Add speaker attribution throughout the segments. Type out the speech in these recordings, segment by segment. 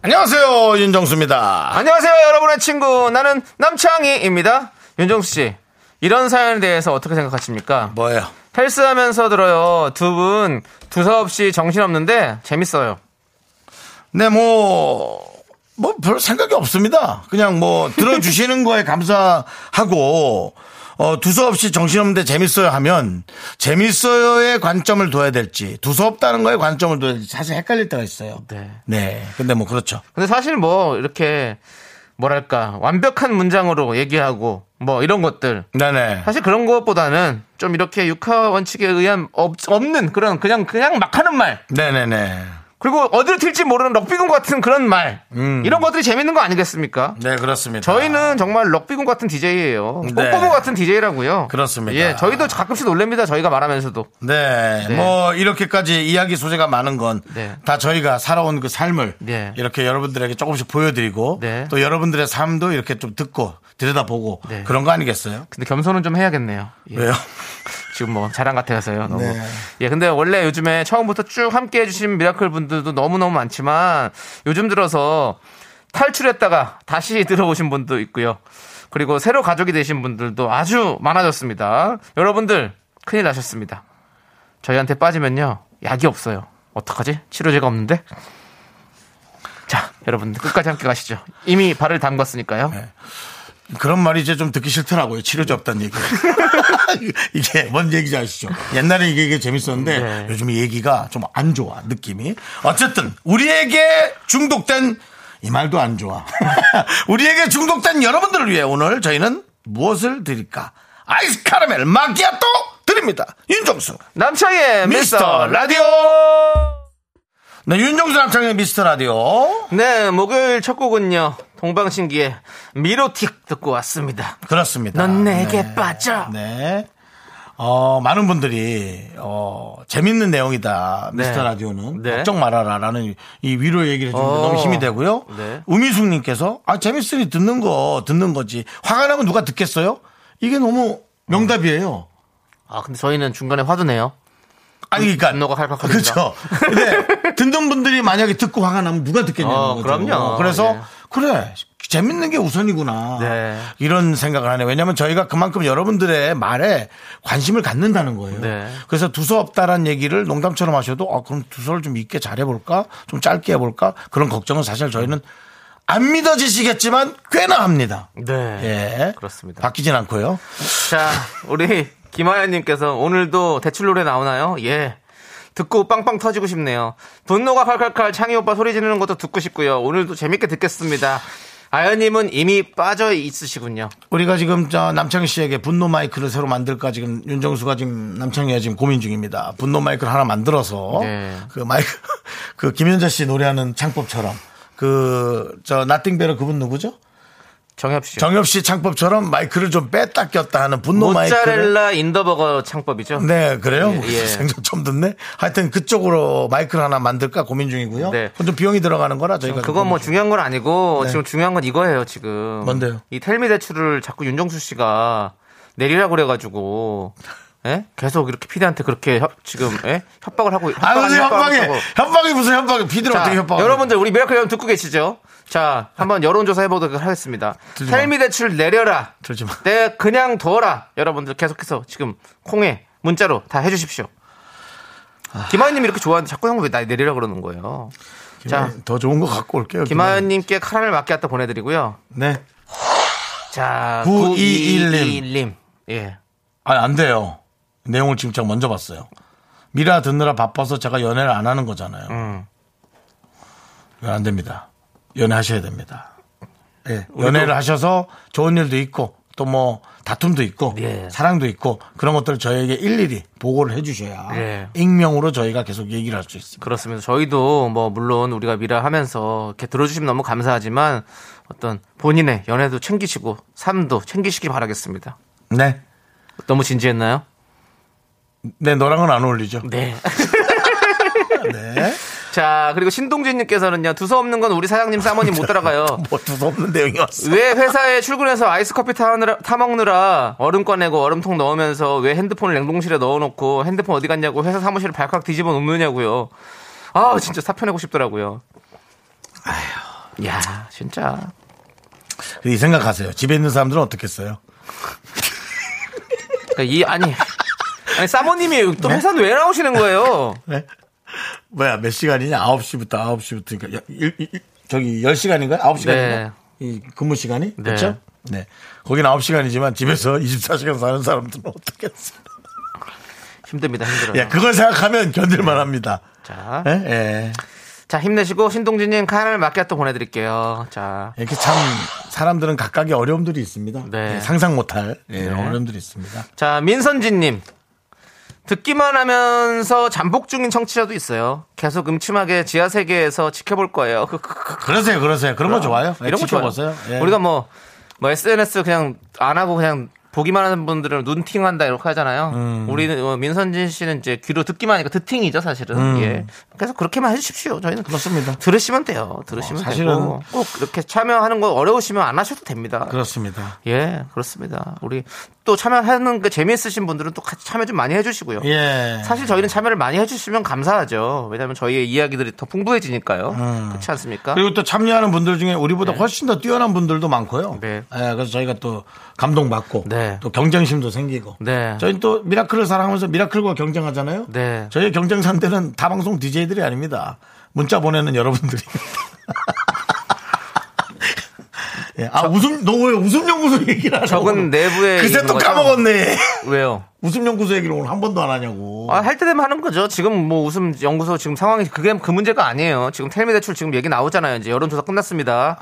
Speaker 1: 안녕하세요 윤정수입니다.
Speaker 2: 안녕하세요, 여러분의 친구. 나는 남창희입니다. 윤정수 씨, 이런 사연에 대해서 어떻게 생각하십니까?
Speaker 1: 뭐예요?
Speaker 2: 헬스 하면서 들어요. 두 분, 두서없이 정신없는데 재밌어요.
Speaker 1: 네, 뭐, 뭐, 별 생각이 없습니다. 그냥 뭐, 들어주시는 거에 감사하고, 어, 두서없이 정신없는데 재밌어요 하면, 재밌어요의 관점을 둬야 될지, 두서없다는 거에 관점을 둬야 될지, 사실 헷갈릴 때가 있어요.
Speaker 2: 네.
Speaker 1: 네. 근데 뭐, 그렇죠.
Speaker 2: 근데 사실 뭐, 이렇게, 뭐랄까, 완벽한 문장으로 얘기하고, 뭐, 이런 것들.
Speaker 1: 네네.
Speaker 2: 사실 그런 것보다는 좀 이렇게 육하 원칙에 의한 없, 없는 그런 그냥 그냥 막 하는 말
Speaker 1: 네네네.
Speaker 2: 그리고 어디로 튈지 모르는 럭비군 같은 그런 말
Speaker 1: 음.
Speaker 2: 이런 것들이 재밌는 거 아니겠습니까?
Speaker 1: 네, 그렇습니다.
Speaker 2: 저희는 정말 럭비군 같은 DJ예요.
Speaker 1: 네.
Speaker 2: 뽀뽀보 같은 DJ라고요.
Speaker 1: 그렇습니다.
Speaker 2: 예, 저희도 가끔씩 놀랍니다. 저희가 말하면서도.
Speaker 1: 네,
Speaker 2: 네.
Speaker 1: 뭐 이렇게까지 이야기 소재가 많은 건 다
Speaker 2: 네.
Speaker 1: 저희가 살아온 그 삶을
Speaker 2: 네.
Speaker 1: 이렇게 여러분들에게 조금씩 보여드리고
Speaker 2: 네.
Speaker 1: 또 여러분들의 삶도 이렇게 좀 듣고 들여다보고
Speaker 2: 네.
Speaker 1: 그런 거 아니겠어요?
Speaker 2: 근데 겸손은 좀 해야겠네요. 예,
Speaker 1: 왜요?
Speaker 2: 지금 뭐 자랑 같아서요. 너무.
Speaker 1: 네.
Speaker 2: 예, 근데 원래 요즘에 처음부터 쭉 함께 해주신 미라클 분들도 너무너무 많지만 요즘 들어서 탈출했다가 다시 들어오신 분도 있고요. 그리고 새로 가족이 되신 분들도 아주 많아졌습니다. 여러분들 큰일 나셨습니다. 저희한테 빠지면요. 약이 없어요. 어떡하지? 치료제가 없는데? 자, 여러분들 끝까지 함께 가시죠. 이미 발을 담갔으니까요.
Speaker 1: 네. 그런 말이 이제 좀 듣기 싫더라고요. 치료제 없다는 얘기. 이게 뭔 얘기인지 아시죠? 옛날에 이게, 이게 재밌었는데
Speaker 2: 네.
Speaker 1: 요즘 얘기가 좀 안 좋아 느낌이. 어쨌든 우리에게 중독된 이 말도 안 좋아. 우리에게 중독된 여러분들을 위해 오늘 저희는 무엇을 드릴까? 아이스 카라멜 마키아또 드립니다. 윤정수.
Speaker 2: 남창의
Speaker 1: 미스터
Speaker 2: 미스터
Speaker 1: 라디오. 네, 윤정수 남창의 미스터 라디오.
Speaker 2: 네, 목요일 첫 곡은요. 동방신기의 미로틱 듣고 왔습니다.
Speaker 1: 그렇습니다.
Speaker 2: 넌 내게 빠져.
Speaker 1: 아, 네. 어, 많은 분들이, 어, 재밌는 내용이다.
Speaker 2: 네.
Speaker 1: 미스터 라디오는.
Speaker 2: 네.
Speaker 1: 걱정 말아라. 라는 이 위로 얘기를 해주는데
Speaker 2: 어.
Speaker 1: 너무 힘이 되고요.
Speaker 2: 네.
Speaker 1: 우미숙님께서, 아, 재밌으니 듣는 거, 듣는 거지. 화가 나면 누가 듣겠어요? 이게 너무 명답이에요.
Speaker 2: 아, 근데 저희는 중간에 화도 내요.
Speaker 1: 아니, 그니까.
Speaker 2: 음, 분노가 칼칼합니다.
Speaker 1: 그렇죠. 근데 듣는 분들이 만약에 듣고 화가 나면 누가 듣겠냐는
Speaker 2: 어,
Speaker 1: 거죠.
Speaker 2: 그럼요.
Speaker 1: 그래서
Speaker 2: 예.
Speaker 1: 그래 재밌는 게 우선이구나.
Speaker 2: 네.
Speaker 1: 이런 생각을 하네요. 왜냐하면 저희가 그만큼 여러분들의 말에 관심을 갖는다는 거예요.
Speaker 2: 네.
Speaker 1: 그래서 두서 없다라는 얘기를 농담처럼 하셔도 아, 그럼 두서를 좀 있게 잘 해볼까? 좀 짧게 해볼까? 그런 걱정은 사실 저희는 안 믿어지시겠지만 꽤나 합니다.
Speaker 2: 네.
Speaker 1: 예.
Speaker 2: 그렇습니다.
Speaker 1: 바뀌진 않고요.
Speaker 2: 자, 우리 김하연님께서 오늘도 대출 노래 나오나요? 예. 듣고 빵빵 터지고 싶네요. 분노가 칼칼칼 창희 오빠 소리 지르는 것도 듣고 싶고요. 오늘도 재밌게 듣겠습니다. 아연님은 이미 빠져 있으시군요.
Speaker 1: 우리가 지금 저 남창희 씨에게 분노 마이크를 새로 만들까 지금 윤정수가 지금 남창희가 지금 고민 중입니다. 분노 마이크를 하나 만들어서
Speaker 2: 네.
Speaker 1: 그 마이크 그 김현자 씨 노래하는 창법처럼 그 저 나띵베러 그분 누구죠?
Speaker 2: 네. 정엽 씨.
Speaker 1: 정엽 씨 창법처럼 마이크를 좀 뺐다 꼈다 하는 분노 마이크를
Speaker 2: 모짜렐라 인더버거 창법이죠.
Speaker 1: 네 그래요?
Speaker 2: 예, 예.
Speaker 1: 생전 처음 듣네. 하여튼 그쪽으로 마이크를 하나 만들까 고민 중이고요.
Speaker 2: 네.
Speaker 1: 그건 좀 비용이 들어가는 거라 저희가
Speaker 2: 그건 뭐 중요한 건 아니고
Speaker 1: 네.
Speaker 2: 지금 중요한 건 이거예요 지금
Speaker 1: 뭔데요?
Speaker 2: 이 텔미 대출을 자꾸 윤정수 씨가 내리라고 그래가지고 예? 계속 이렇게 피디한테 그렇게 협, 지금 예? 협박을 하고
Speaker 1: 아
Speaker 2: 협박하고
Speaker 1: 무슨
Speaker 2: 협박하고
Speaker 1: 협박이
Speaker 2: 협박하고.
Speaker 1: 협박이 무슨 협박이 피디를
Speaker 2: 자,
Speaker 1: 어떻게 협박?
Speaker 2: 여러분들 우리 미라클 여러분 듣고 계시죠? 자 한번 여론조사 해보도록 하겠습니다
Speaker 1: 들지 마.
Speaker 2: 텔미 대출 내려라
Speaker 1: 들지 마.
Speaker 2: 내 그냥 둬라 여러분들 계속해서 지금 콩에 문자로 다 해주십시오 김하연님이 이렇게 좋아하는데 자꾸 형왜 나 내리라 그러는 거예요 자
Speaker 1: 네, 더 좋은 거 갖고 올게요.
Speaker 2: 김하연님께 카라멜 마키아토 보내드리고요.
Speaker 1: 네.
Speaker 2: 자,
Speaker 1: 9211
Speaker 2: 9211님. 예.
Speaker 1: 아니 안 돼요. 내용을 지금 제가 먼저 봤어요. 미라 듣느라 바빠서 제가 연애를 안 하는 거잖아요.
Speaker 2: 음.
Speaker 1: 그건 안 됩니다. 연애하셔야 됩니다. 예, 연애를 하셔서 좋은 일도 있고 또 뭐 다툼도 있고
Speaker 2: 예.
Speaker 1: 사랑도 있고 그런 것들을 저희에게 일일이 보고를 해주셔야
Speaker 2: 예.
Speaker 1: 익명으로 저희가 계속 얘기를 할 수 있습니다.
Speaker 2: 그렇습니다. 저희도 뭐 물론 우리가 미라 하면서 이렇게 들어주시면 너무 감사하지만 어떤 본인의 연애도 챙기시고 삶도 챙기시길 바라겠습니다.
Speaker 1: 네.
Speaker 2: 너무 진지했나요?
Speaker 1: 네, 너랑은 안 어울리죠.
Speaker 2: 네.
Speaker 1: 네.
Speaker 2: 자 그리고 신동진님께서는요 두서 없는 건 우리 사장님 사모님 못 따라가요.
Speaker 1: 뭐 두서없는 내용이 왔어.
Speaker 2: 왜 회사에 출근해서 아이스 커피 타느라, 타먹느라 얼음 꺼내고 얼음통 넣으면서 왜 핸드폰을 냉동실에 넣어놓고 핸드폰 어디 갔냐고 회사 사무실을 발칵 뒤집어 놓느냐고요. 아 진짜 사표내고 싶더라고요. 아휴, 야 진짜
Speaker 1: 이 생각하세요. 집에 있는 사람들은 어떻겠어요?
Speaker 2: 그러니까 이 아니 아니 사모님이 또 회사는 왜 나오시는 거예요?
Speaker 1: 네. 뭐야, 몇 시간이냐? 9시부터 9시부터. 그러니까 일- 일- 일- 저기 10시간인가요? 9시간인가?
Speaker 2: 네.
Speaker 1: 이 근무 시간이? 그렇죠? 네. 거긴 9시간이지만 집에서 24시간 사는 사람들은 어떻겠어요?
Speaker 2: 힘듭니다 힘들어요.
Speaker 1: 예, 그걸 생각하면 견딜만 합니다.
Speaker 2: 자,
Speaker 1: 예, 예.
Speaker 2: 자 힘내시고 신동진님 카라멜 마키아토 보내드릴게요. 자
Speaker 1: 이렇게 참 사람들은 각각의 어려움들이 있습니다.
Speaker 2: 네.
Speaker 1: 예, 상상 못할 예, 이런 어려움들이 있습니다.
Speaker 2: 자, 민선진님. 듣기만 하면서 잠복 중인 청취자도 있어요. 계속 음침하게 지하세계에서 지켜볼 거예요. 그, 그, 그,
Speaker 1: 그러세요, 그러세요. 그런 거 좋아요. 예,
Speaker 2: 이런 거
Speaker 1: 지켜보세요.
Speaker 2: 좋아요.
Speaker 1: 예.
Speaker 2: 우리가 뭐, 뭐 SNS 그냥 안 하고 그냥 보기만 하는 분들은 눈팅한다 이렇게 하잖아요.
Speaker 1: 음.
Speaker 2: 우리는 어, 민선진 씨는 이제 귀로 듣기만 하니까 듣팅이죠 사실은. 예. 그래서 그렇게만 해주십시오. 저희는
Speaker 1: 음. 그렇습니다.
Speaker 2: 들으시면 돼요. 들으시면
Speaker 1: 어, 사실은- 그렇죠.
Speaker 2: 되고 꼭 이렇게 참여하는 거 어려우시면 안 하셔도 됩니다.
Speaker 1: 그렇습니다.
Speaker 2: 예, 그렇습니다. 우리 또 참여하는 게 재미있으신 분들은 또 같이 참여 좀 많이 해주시고요.
Speaker 1: 예.
Speaker 2: 뭐 사실 저희는 참여를 많이 해주시면 감사하죠. 왜냐하면 저희의 이야기들이 더 풍부해지니까요. 그렇지 않습니까?
Speaker 1: 음. 그리고 또 참여하는 분들 중에 우리보다 훨씬 더 뛰어난 분들도 많고요.
Speaker 2: 네.
Speaker 1: 예, 그래서 저희가 또 감동받고
Speaker 2: 네.
Speaker 1: 또 경쟁심도 생기고.
Speaker 2: 네.
Speaker 1: 저희는 또 미라클을 사랑하면서 미라클과 경쟁하잖아요.
Speaker 2: 네.
Speaker 1: 저희 경쟁 상대는 다 방송 DJ들이 아닙니다. 문자 보내는 여러분들이. 예. 아, 웃음, 너 왜 웃음 연구소 얘기를 하냐고.
Speaker 2: 적은 내부에
Speaker 1: 그새
Speaker 2: 있는
Speaker 1: 또
Speaker 2: 거죠?
Speaker 1: 까먹었네.
Speaker 2: 왜요?
Speaker 1: 웃음 연구소 얘기를 오늘 한 번도 안 하냐고.
Speaker 2: 아, 할 때 되면 하는 거죠. 지금 뭐 웃음 연구소 지금 상황이 그게 그 문제가 아니에요. 지금 텔미 대출 지금 얘기 나오잖아요. 이제 여론조사 끝났습니다.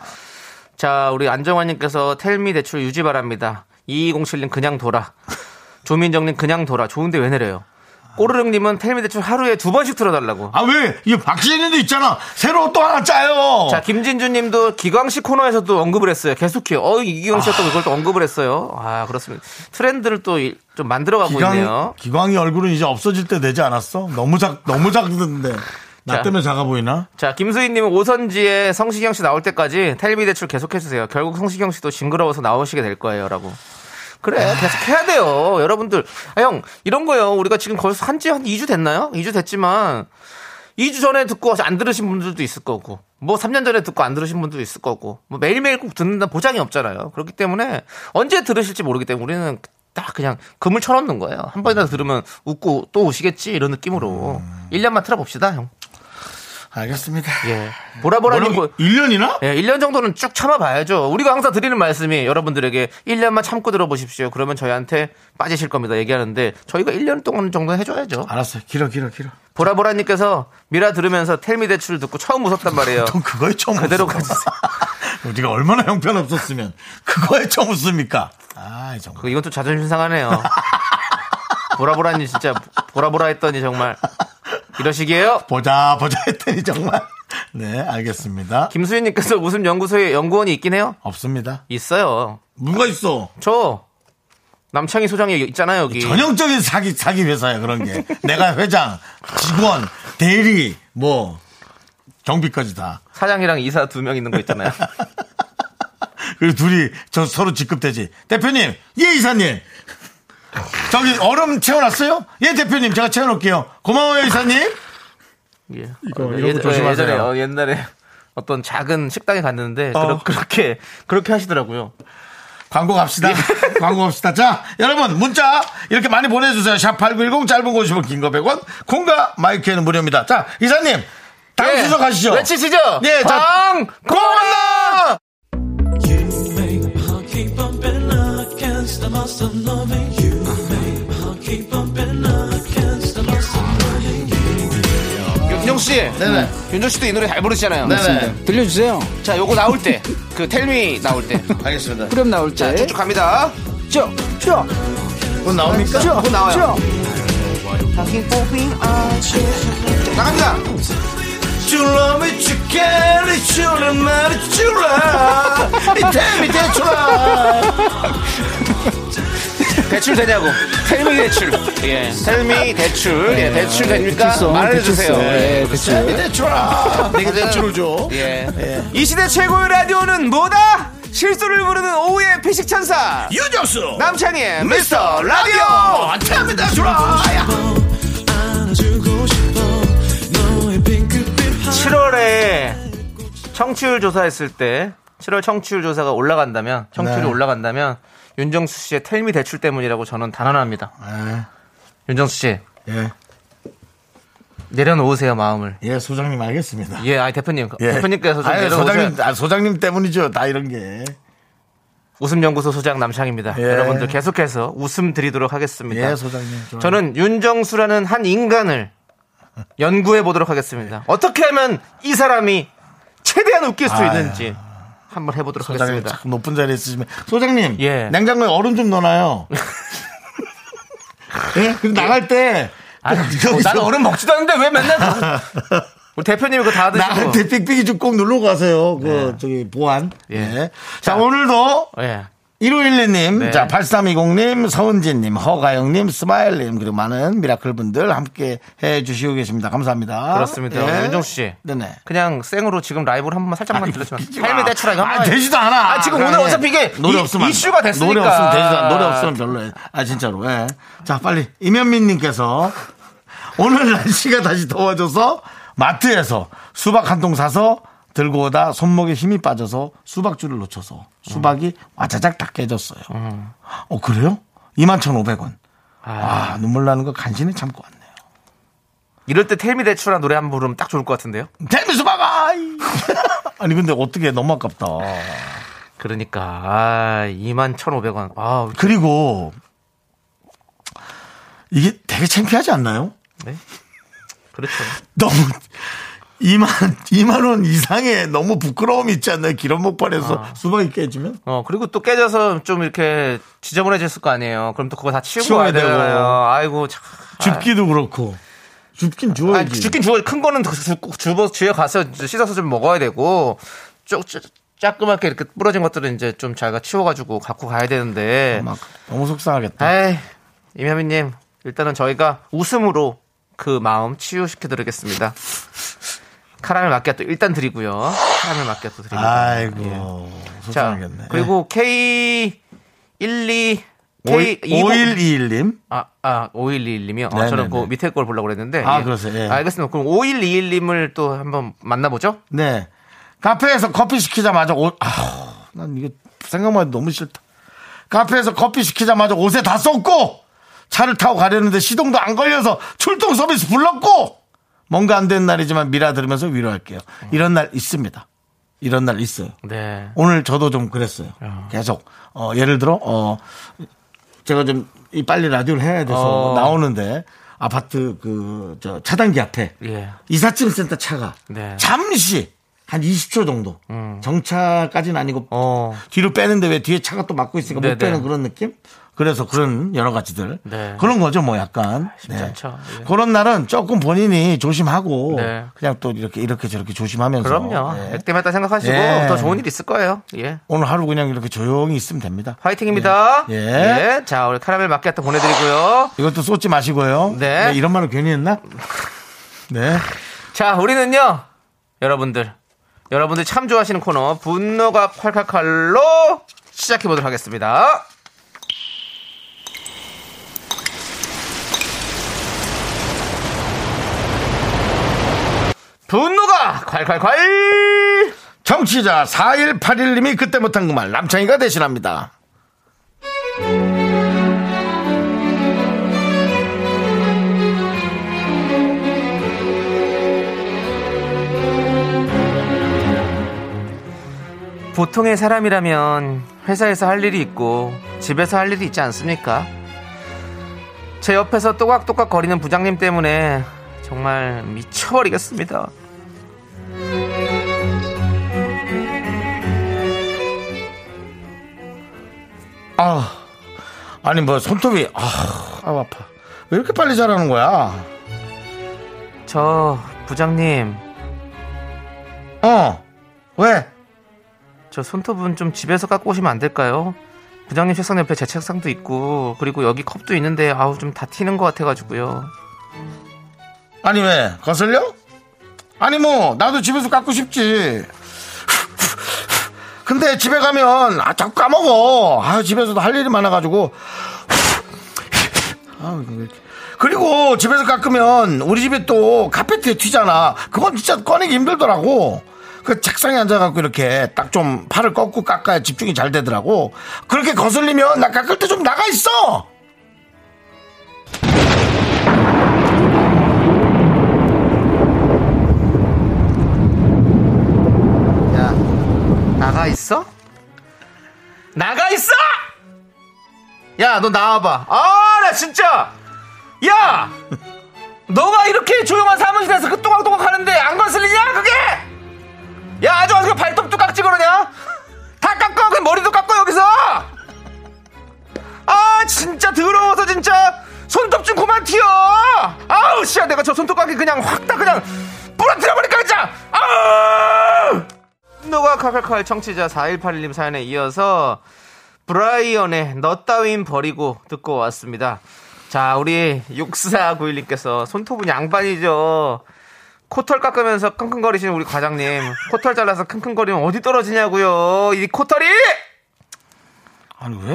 Speaker 2: 자, 우리 안정환님께서 텔미 대출 유지 바랍니다. 2207님 그냥 돌아. 조민정님 그냥 돌아. 좋은데 왜 내려요? 꼬르륵님은 텔미 대출 하루에 두 번씩 틀어달라고.
Speaker 1: 아, 왜? 이 박시현이도 있잖아. 새로 또 하나 짜요.
Speaker 2: 자, 김진주님도 기광씨 코너에서도 언급을 했어요. 계속해요. 어, 이기광 씨가 또
Speaker 1: 아.
Speaker 2: 그걸 또 언급을 했어요. 아, 그렇습니다. 트렌드를 또 좀 만들어가고 있네요.
Speaker 1: 기광, 이 얼굴은 이제 없어질 때 되지 않았어? 너무 작, 너무 작던데. 나
Speaker 2: 자.
Speaker 1: 때문에 작아 보이나?
Speaker 2: 자, 김수희님은 오선지에 성시경 씨 나올 때까지 텔미 대출 계속해주세요. 결국 성시경 씨도 징그러워서 나오시게 될 거예요. 라고. 그래, 계속 해야 돼요. 여러분들. 아, 형, 이런 거요. 우리가 지금 거의 한지 한 2주 됐나요? 2주 됐지만, 2주 전에 듣고 안 들으신 분들도 있을 거고, 뭐 3년 전에 듣고 안 들으신 분도 있을 거고, 뭐 매일매일 꼭 듣는다 보장이 없잖아요. 그렇기 때문에 언제 들으실지 모르기 때문에 우리는 딱 그냥 금을 쳐놓는 거예요. 한 번이라도 들으면 웃고 또 오시겠지 이런 느낌으로. 1년만 틀어봅시다, 형.
Speaker 1: 알겠습니다.
Speaker 2: 예. 보라보라님, 보-
Speaker 1: 1년이나?
Speaker 2: 예, 1년 정도는 쭉 참아봐야죠. 우리가 항상 드리는 말씀이 여러분들에게 1년만 참고 들어보십시오. 그러면 저희한테 빠지실 겁니다. 얘기하는데 저희가 1년 동안 정도 해줘야죠.
Speaker 1: 알았어요. 길어, 길어, 길어.
Speaker 2: 보라보라님께서 미라 들으면서 텔미 대출 듣고 처음 웃었단 말이에요.
Speaker 1: 전 그거에 처음
Speaker 2: 그대로
Speaker 1: 웃었어.
Speaker 2: 가주세요.
Speaker 1: 우리가 얼마나 형편없었으면 그거에 처음 웃습니까? 아, 정말.
Speaker 2: 그 이건 또 자존심 상하네요. 보라보라님 진짜 보라보라 했더니 정말 이러시게요.
Speaker 1: 보자, 보자 했더니 정말. 네, 알겠습니다.
Speaker 2: 김수희님께서 웃음 연구소에 연구원이 있긴 해요.
Speaker 1: 없습니다.
Speaker 2: 있어요.
Speaker 1: 뭐가 있어?
Speaker 2: 저 남창희 소장이 있잖아요 여기.
Speaker 1: 전형적인 사기, 사기 회사야, 그런 게. 내가 회장, 직원, 대리, 뭐, 경비까지 다.
Speaker 2: 사장이랑 이사 두 명 있는 거 있잖아요.
Speaker 1: 그리고 둘이 저 서로 직급되지. 대표님, 예, 이사님. 저기 얼음 채워놨어요? 예, 대표님, 제가 채워놓을게요. 고마워요, 이사님.
Speaker 2: 예.
Speaker 1: 이거,
Speaker 2: 어,
Speaker 1: 이런 거 조심하세요.
Speaker 2: 예전에, 어, 옛날에 어떤 작은 식당에 갔는데
Speaker 1: 어.
Speaker 2: 그렇, 게 그렇게 하시더라고요.
Speaker 1: 광고
Speaker 2: 예.
Speaker 1: 갑시다. 광고 갑시다. 자, 여러분, 문자 이렇게 많이 보내주세요. 샵8910 짧은 거 50원, 긴거 100원. 콩과 마이크에는 무료입니다. 자, 이사님, 다음
Speaker 2: 예.
Speaker 1: 순서 가시죠.
Speaker 2: 외치시죠.
Speaker 1: 예, 자.
Speaker 2: 광! 고만나! 윤정 씨,
Speaker 1: 네네.
Speaker 2: 윤정 씨도 이 노래 잘 부르시잖아요.
Speaker 1: 네네.
Speaker 3: 들려주세요.
Speaker 2: 자, 요거 나올 때, 그 텔미 나올 때,
Speaker 1: 알겠습니다.
Speaker 3: 프렴 나올 때.
Speaker 2: 쭉쭉 갑니다.
Speaker 3: 쭉, 쭉,
Speaker 1: 그거 나옵니까?
Speaker 3: 쭉,
Speaker 4: 그거 나와요.
Speaker 1: 나갑니다. 줄라 미치게리 줄라 마리 줄라 이태 밑에 줄라
Speaker 4: 대출 되냐고. 텔미 대출. 예. 텔미 대출. 예. 대출 됩니까? 말해주세요. 예.
Speaker 1: 밑에 밑에 줄라 내게 대출을 줘.
Speaker 4: 예. 이 시대 최고의 라디오는 뭐다? 실수를 부르는 오후의 피식 천사
Speaker 1: 유정수
Speaker 4: 남창희의
Speaker 1: 미스터 라디오 이태 밑에 줄라.
Speaker 2: 7월에 청취율 조사했을 때 7월 청취율 조사가 올라간다면 청취율이
Speaker 1: 네.
Speaker 2: 올라간다면 윤정수 씨의 텔미 대출 때문이라고 저는 단언합니다.
Speaker 4: 아,
Speaker 2: 윤정수 씨
Speaker 1: 예,
Speaker 2: 내려놓으세요 마음을.
Speaker 1: 예 소장님 알겠습니다.
Speaker 2: 예, 아니 대표님
Speaker 1: 예.
Speaker 2: 대표님께서 좀
Speaker 1: 아니,
Speaker 2: 내려놓으세요.
Speaker 1: 소장님 아, 소장님 때문이죠 다 이런 게.
Speaker 2: 웃음연구소 소장 남창입니다.
Speaker 1: 예.
Speaker 2: 여러분들 계속해서 웃음 드리도록 하겠습니다.
Speaker 1: 예 소장님. 좀.
Speaker 2: 저는 윤정수라는 한 인간을 연구해 보도록 하겠습니다. 어떻게 하면 이 사람이 최대한 웃길 수
Speaker 1: 아유.
Speaker 2: 있는지 한번 해보도록
Speaker 1: 소장님
Speaker 2: 하겠습니다.
Speaker 1: 자꾸 높은 자리에 있으시면 소장님
Speaker 2: 예.
Speaker 1: 냉장고에 얼음 좀 넣어놔요. 예? 근데 나갈 때
Speaker 2: 아니, 뭐, 나는 얼음 먹지도 않는데 왜 맨날 그거- 우리 뭐 대표님이 그거 다 드시고
Speaker 1: 나한테 삑삑이 좀 꼭 누르고 가세요. 그 저기 보안.
Speaker 2: 뭐. 예.
Speaker 1: 예. 자, 오늘도
Speaker 2: 예.
Speaker 1: 1512님,
Speaker 2: 네.
Speaker 1: 자, 8320님, 서은진님, 허가영님, 스마일님, 그리고 많은 미라클 분들 함께 해 주시고 계십니다. 감사합니다. 예.
Speaker 2: 그렇습니다. 윤정수 씨.
Speaker 1: 네네.
Speaker 2: 그냥 생으로 지금 라이브를 한 번만 살짝만 들렸지만 삶의 대출하기 한
Speaker 1: 아,
Speaker 2: 번만
Speaker 1: 되지도 않아.
Speaker 2: 아, 지금
Speaker 1: 그래.
Speaker 2: 오늘 어차피 이게
Speaker 1: 노래
Speaker 2: 이-
Speaker 1: 없으면 안 돼.
Speaker 2: 이슈가 됐으니까.
Speaker 1: 노래 없으면 되지도 않아. 노래 없으면 별로예요. 아 진짜로. 예. 자 빨리 임현민님께서 오늘 날씨가 다시 더워져서 마트에서 수박 한 통 사서 들고 오다 손목에 힘이 빠져서 수박줄을 놓쳐서 수박이 와자작 다 깨졌어요. 어 그래요? 21,500원. 아, 눈물 나는 거 간신히 참고 왔네요.
Speaker 2: 이럴 때 텔미 대출한 노래 한 번 부르면 딱 좋을 것 같은데요.
Speaker 1: 데미 수박아! 아니 근데 어떻게 너무 아깝다.
Speaker 2: 그러니까 아, 21,500원. 아,
Speaker 1: 그리고 이게 되게 창피하지 않나요?
Speaker 2: 네. 그렇죠.
Speaker 1: 너무 2만 2만 원 이상의 너무 부끄러움이 있지 않나요? 기름 목발에서
Speaker 2: 아.
Speaker 1: 수박이 깨지면
Speaker 2: 어, 그리고 또 깨져서 좀 이렇게 지저분해졌을 거 아니에요. 그럼 또 그거 다 치우고
Speaker 1: 치워야
Speaker 2: 와야
Speaker 1: 되고.
Speaker 2: 되잖아요. 아이고, 참.
Speaker 1: 줍기도 그렇고 줍긴
Speaker 2: 아,
Speaker 1: 주워야지.
Speaker 2: 죽긴 죽어. 큰 거는 그 주워, 주에 가서 이제 씻어서 좀 먹어야 되고, 쪽, 쪽, 자그맣게 이렇게 부러진 것들은 이제 좀 자기가 치워가지고 갖고 가야 되는데.
Speaker 1: 막 너무 속상하겠다.
Speaker 2: 에이, 임현민님, 일단은 저희가 웃음으로 그 마음 치유시켜드리겠습니다. 카라멜 마끼아또 일단 드리고요. 카라멜 마끼아또 드리고. 예.
Speaker 1: 아이고
Speaker 2: 자,
Speaker 1: 속상하겠네. 예.
Speaker 2: 그리고 K 1 2 K 20
Speaker 1: 5121님
Speaker 2: 아, 아, 5121님이요?
Speaker 1: 네네네.
Speaker 2: 저는 그 밑에 걸 보려고 그랬는데.
Speaker 1: 아, 그러세요. 예.
Speaker 2: 알겠습니다. 그럼 5121님을 또 한번 만나보죠?
Speaker 1: 네 카페에서 커피 시키자마자 옷 아우 난 이거 생각만 해도 너무 싫다. 카페에서 커피 시키자마자 옷에 다 쏟고 차를 타고 가려는데 시동도 안 걸려서 출동 서비스 불렀고 뭔가 안 된 날이지만 미라 들으면서 위로할게요. 이런 날 있습니다. 이런 날 있어요.
Speaker 2: 네.
Speaker 1: 오늘 저도 좀 그랬어요.
Speaker 2: 아.
Speaker 1: 계속 어, 예를 들어 어, 제가 좀 이 빨리 라디오를 해야 돼서
Speaker 2: 어.
Speaker 1: 나오는데 아파트 그 저 차단기 앞에
Speaker 2: 예.
Speaker 1: 이삿짐 센터 차가
Speaker 2: 네. 음.
Speaker 1: 잠시 한 20초 정도 정차까지는 아니고
Speaker 2: 어.
Speaker 1: 뒤로 빼는데 왜 뒤에 차가 또 막고 있으니까
Speaker 2: 네네.
Speaker 1: 못 빼는 그런 느낌? 그래서 그런 여러 가지들
Speaker 2: 네.
Speaker 1: 그런 거죠 뭐 약간 쉽지
Speaker 2: 않죠. 예.
Speaker 1: 그런 날은 조금 본인이 조심하고
Speaker 2: 네.
Speaker 1: 그냥 또 이렇게 이렇게 저렇게 조심하면서
Speaker 2: 그럼요.
Speaker 1: 네.
Speaker 2: 액땜했다 생각하시고
Speaker 1: 예.
Speaker 2: 더 좋은 일 있을 거예요. 예.
Speaker 1: 오늘 하루 그냥 이렇게 조용히 있으면 됩니다.
Speaker 2: 화이팅입니다.
Speaker 1: 예. 예.
Speaker 2: 자, 우리 카라멜 마키아또 보내드리고요.
Speaker 1: 이것도 쏟지 마시고요.
Speaker 2: 네.
Speaker 1: 이런 말을 괜히 했나? 네.
Speaker 2: 자, 우리는요, 여러분들, 여러분들 참 좋아하시는 코너, 분노가 칼칼칼로 시작해보도록 하겠습니다. 분노가 콸콸콸!
Speaker 1: 정치자 4181님이 그때 못한 그 말 남창희가 대신합니다.
Speaker 2: 보통의 사람이라면 회사에서 할 일이 있고 집에서 할 일이 있지 않습니까? 제 옆에서 또각또각 거리는 부장님 때문에 정말 미쳐버리겠습니다.
Speaker 1: 아, 아니 뭐 손톱이 아, 아 아파. 왜 이렇게 빨리 자라는 거야?
Speaker 2: 저 부장님
Speaker 1: 어. 왜?
Speaker 2: 저 손톱은 좀 집에서 깎고 오시면 안 될까요? 부장님 책상 옆에 제 책상도 있고 그리고 여기 컵도 있는데 아우 좀 다 튀는 것 같아가지고요.
Speaker 1: 아니 왜? 거슬려? 아니 뭐 나도 집에서 깎고 싶지. 근데 집에 가면 아 자꾸 까먹어. 아 집에서도 할 일이 많아가지고. 아 그리고 집에서 깎으면 우리 집에 또 카페트에 튀잖아. 그건 진짜 꺼내기 힘들더라고. 그 책상에 앉아갖고 이렇게 딱 좀 팔을 꺾고 깎아야 집중이 잘 되더라고. 그렇게 거슬리면 나 깎을 때 좀 나가 있어.
Speaker 2: 야 나가 있어? 나가 있어! 야 너 나와봐. 아 나 진짜 야 너가 이렇게 조용한 사무실에서 그 또각또각 하는데 안 거슬리냐 그게? 야 아주 아주 발톱도 깎지 그러냐? 다 깎아 그 머리도 깎아 여기서. 아 진짜 더러워서 진짜 손톱 좀 그만 튀어. 아우 씨야 내가 저 손톱 깎기 그냥 확 다 그냥 부러뜨려 버릴까 진짜. 아우. 노가 칼칼칼 청취자 4181님 사연에 이어서 브라이언의 너 따윈 버리고 듣고 왔습니다. 자, 우리 6491님께서 손톱은 양반이죠. 코털 깎으면서 킁킁거리시는 우리 과장님. 코털 잘라서 킁킁거리면 어디 떨어지냐고요. 이 코털이!
Speaker 1: 아니 왜?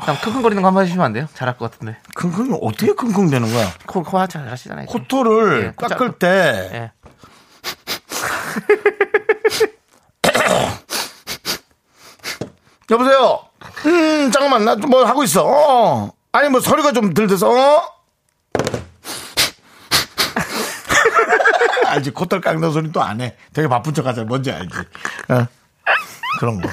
Speaker 2: 일단 킁킁거리는 거 한번 해주시면 안 돼요? 잘할 것 같은데.
Speaker 1: 킁킁 어떻게 킁킁 되는 거야?
Speaker 2: 코, 코 하자, 잘하시잖아요. 이거.
Speaker 1: 코토를
Speaker 2: 예, 코
Speaker 1: 깎을
Speaker 2: 깎-
Speaker 1: 때
Speaker 2: 예.
Speaker 1: 여보세요. 음 잠깐만 나 뭐 하고 있어. 어. 아니 뭐 소리가 좀 들려서 어? 알지 아, 코털 깎는 소리 또 안 해. 되게 바쁜 척 하잖아. 뭔지 알지? 어. 그런 거.